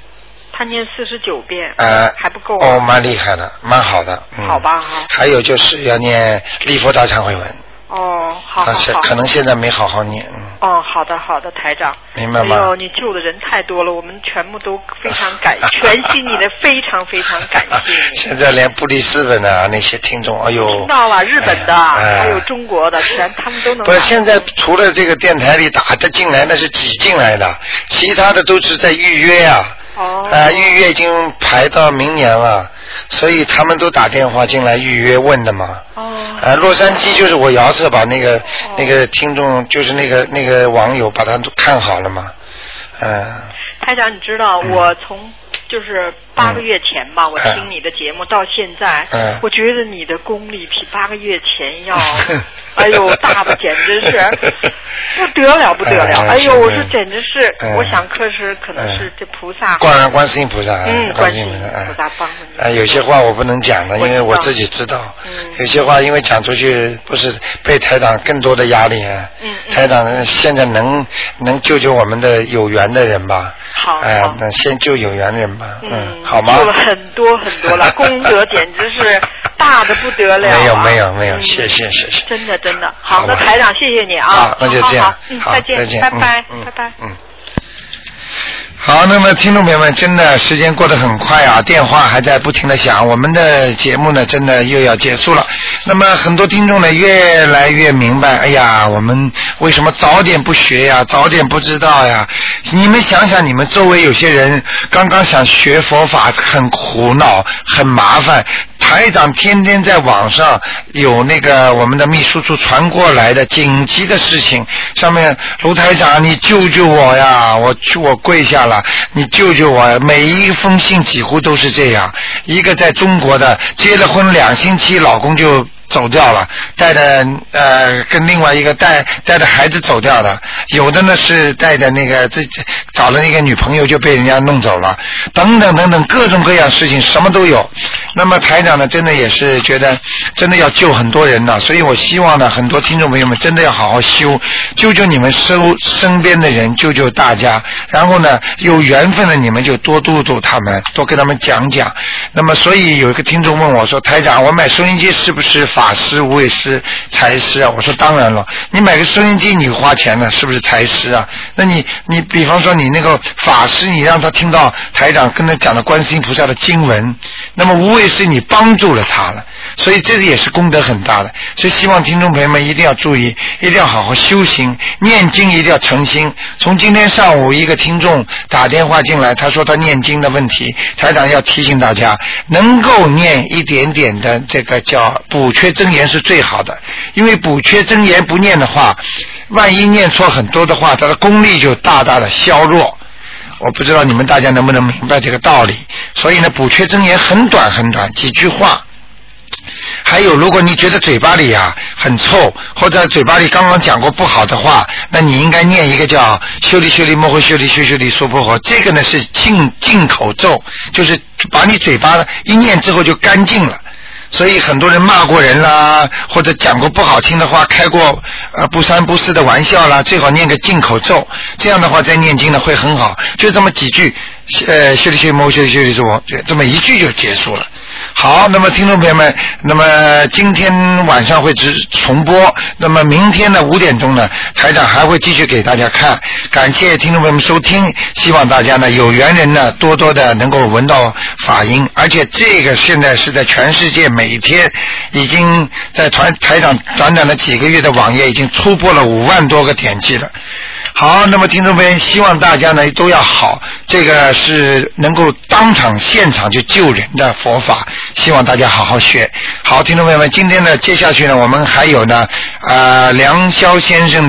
I: 他念四十九遍，
A: 呃，
I: 还不够啊
A: 哦，蛮厉害的，蛮好的，嗯。
I: 好吧，好，
A: 还有就是要念礼佛大忏悔文，
I: 哦，好好
A: 但是
I: 好，
A: 可能现在没好好念，嗯，
I: 哦，好的好的，台长，
A: 明白
I: 哎
A: 吗
I: 呦，？你救的人太多了，我们全部都非常 感，全心你的非常非常感谢你。
A: 现在连布里斯本的那些听众，哎呦
I: 听，到了啊日本的，
A: 哎
I: 还有中国的，全他们都能
A: 不是
I: 来
A: 现在除了这个电台里打的进来，那是挤进来的，其他的都是在预约啊。
I: 哦。
A: 啊，预约已经排到明年了，所以他们都打电话进来预约问的嘛。
I: 哦。
A: 呃，洛杉矶就是我姚策把那个、那个听众，就是那个那个网友把他都看好了嘛。嗯、
I: 台长，你知道我从就是八个月前吧，我听你的节目到现在，
A: 嗯
I: 我觉得你的功力比八个月前要， 哎呦大的简直 是不得了不得了，
A: 嗯
I: 哎呦
A: 是
I: 我说简直是，
A: 嗯
I: 我想可是可能
A: 嗯
I: 是这菩萨，
A: 观观世音菩萨，
I: 嗯，
A: 观
I: 观
A: 世
I: 世
A: 音
I: 音
A: 菩萨，哎
I: 菩萨帮了
A: 哎，有些话我不能讲的，因为
I: 我知道嗯
A: 我自己知道。有些话因为讲出去，不是被台长更多的压力啊。
I: 嗯
A: 台长现在能能救救我们的有缘的人吧？
I: 好
A: 哎，那先救有缘人吧。嗯，好吗
I: 你，？做了啊很多很多 了，功德简直是大的不得了、啊。
A: 没有没有没有，谢谢谢谢。
I: 真的真的，好，
A: 好吧
I: 那台长谢谢你啊，
A: 好那就这样
I: 好好嗯，
A: 好
I: 再见，
A: 再见
I: 拜拜，
A: 嗯嗯
I: 拜拜，
A: 嗯。好，那么听众朋友们，真的时间过得很快啊，电话还在不停的响，我们的节目呢，真的又要结束了。那么很多听众呢，越来越明白，哎呀，我们为什么早点不学呀，早点不知道呀？你们想想，你们周围有些人刚刚想学佛法，很苦恼，很麻烦。台长天天在网上有那个我们的秘书处传过来的紧急的事情，上面卢台长，你救救我呀！我去，我跪下了，你救救我呀！每一封信几乎都是这样，一个在中国的结了婚两星期，老公就。走掉了，带着呃跟另外一个带带着孩子走掉的，有的呢是带着那个自己找了那个女朋友就被人家弄走了，等等等等各种各样事情什么都有。那么台长呢，真的也是觉得真的要救很多人呢，所以我希望呢，很多听众朋友们真的要好好修，救救你们身身边的人，救救大家。然后呢，有缘分的你们就多度度他们，多跟他们讲讲。那么，所以有一个听众问我说：“台长，我买收音机是不是法师、无畏师、财师啊？”我说：“当然了，你买个收音机你花钱呢，是不是财师啊？那你你比方说你那个法师，你让他听到台长跟他讲的观世音菩萨的经文，那么无畏师你帮助了他了，所以这个也是功德很大的。所以希望听众朋友们一定要注意，一定要好好修行，念经一定要诚心。从今天上午一个听众打电话进来，他说他念经的问题，台长要提醒大家，能够念一点点的这个叫补缺真言是最好的，因为补缺真言不念的话，万一念错很多的话，它的功力就大大的削弱。我不知道你们大家能不能明白这个道理，所以呢，补缺真言很短很短，几句话。还有，如果你觉得嘴巴里啊很臭，或者嘴巴里刚刚讲过不好的话，那你应该念一个叫“修理修理摩诃修理修修理娑婆诃”，这个呢是净净口咒，就是把你嘴巴一念之后就干净了。所以很多人骂过人啦，或者讲过不好听的话，开过呃不三不四的玩笑啦，最好念个进口咒，这样的话再念经呢会很好。就这么几句，呃，修理修理摩修理修理什么，这么一句就结束了。好，那么听众朋友们，那么今天晚上会直重播，那么明天呢五点钟呢，台长还会继续给大家看。感谢听众朋友们收听，希望大家呢有缘人呢多多的能够闻到法音，而且这个现在是在全世界每天已经在团台长短短的几个月的网页已经突破了五万多个点击了。好，那么听众朋友们，希望大家呢都要好，这个是能够当场现场就救人的佛法，希望大家好好学。好，听众朋友们，今天呢，接下去呢，我们还有呢，呃，梁霄先生。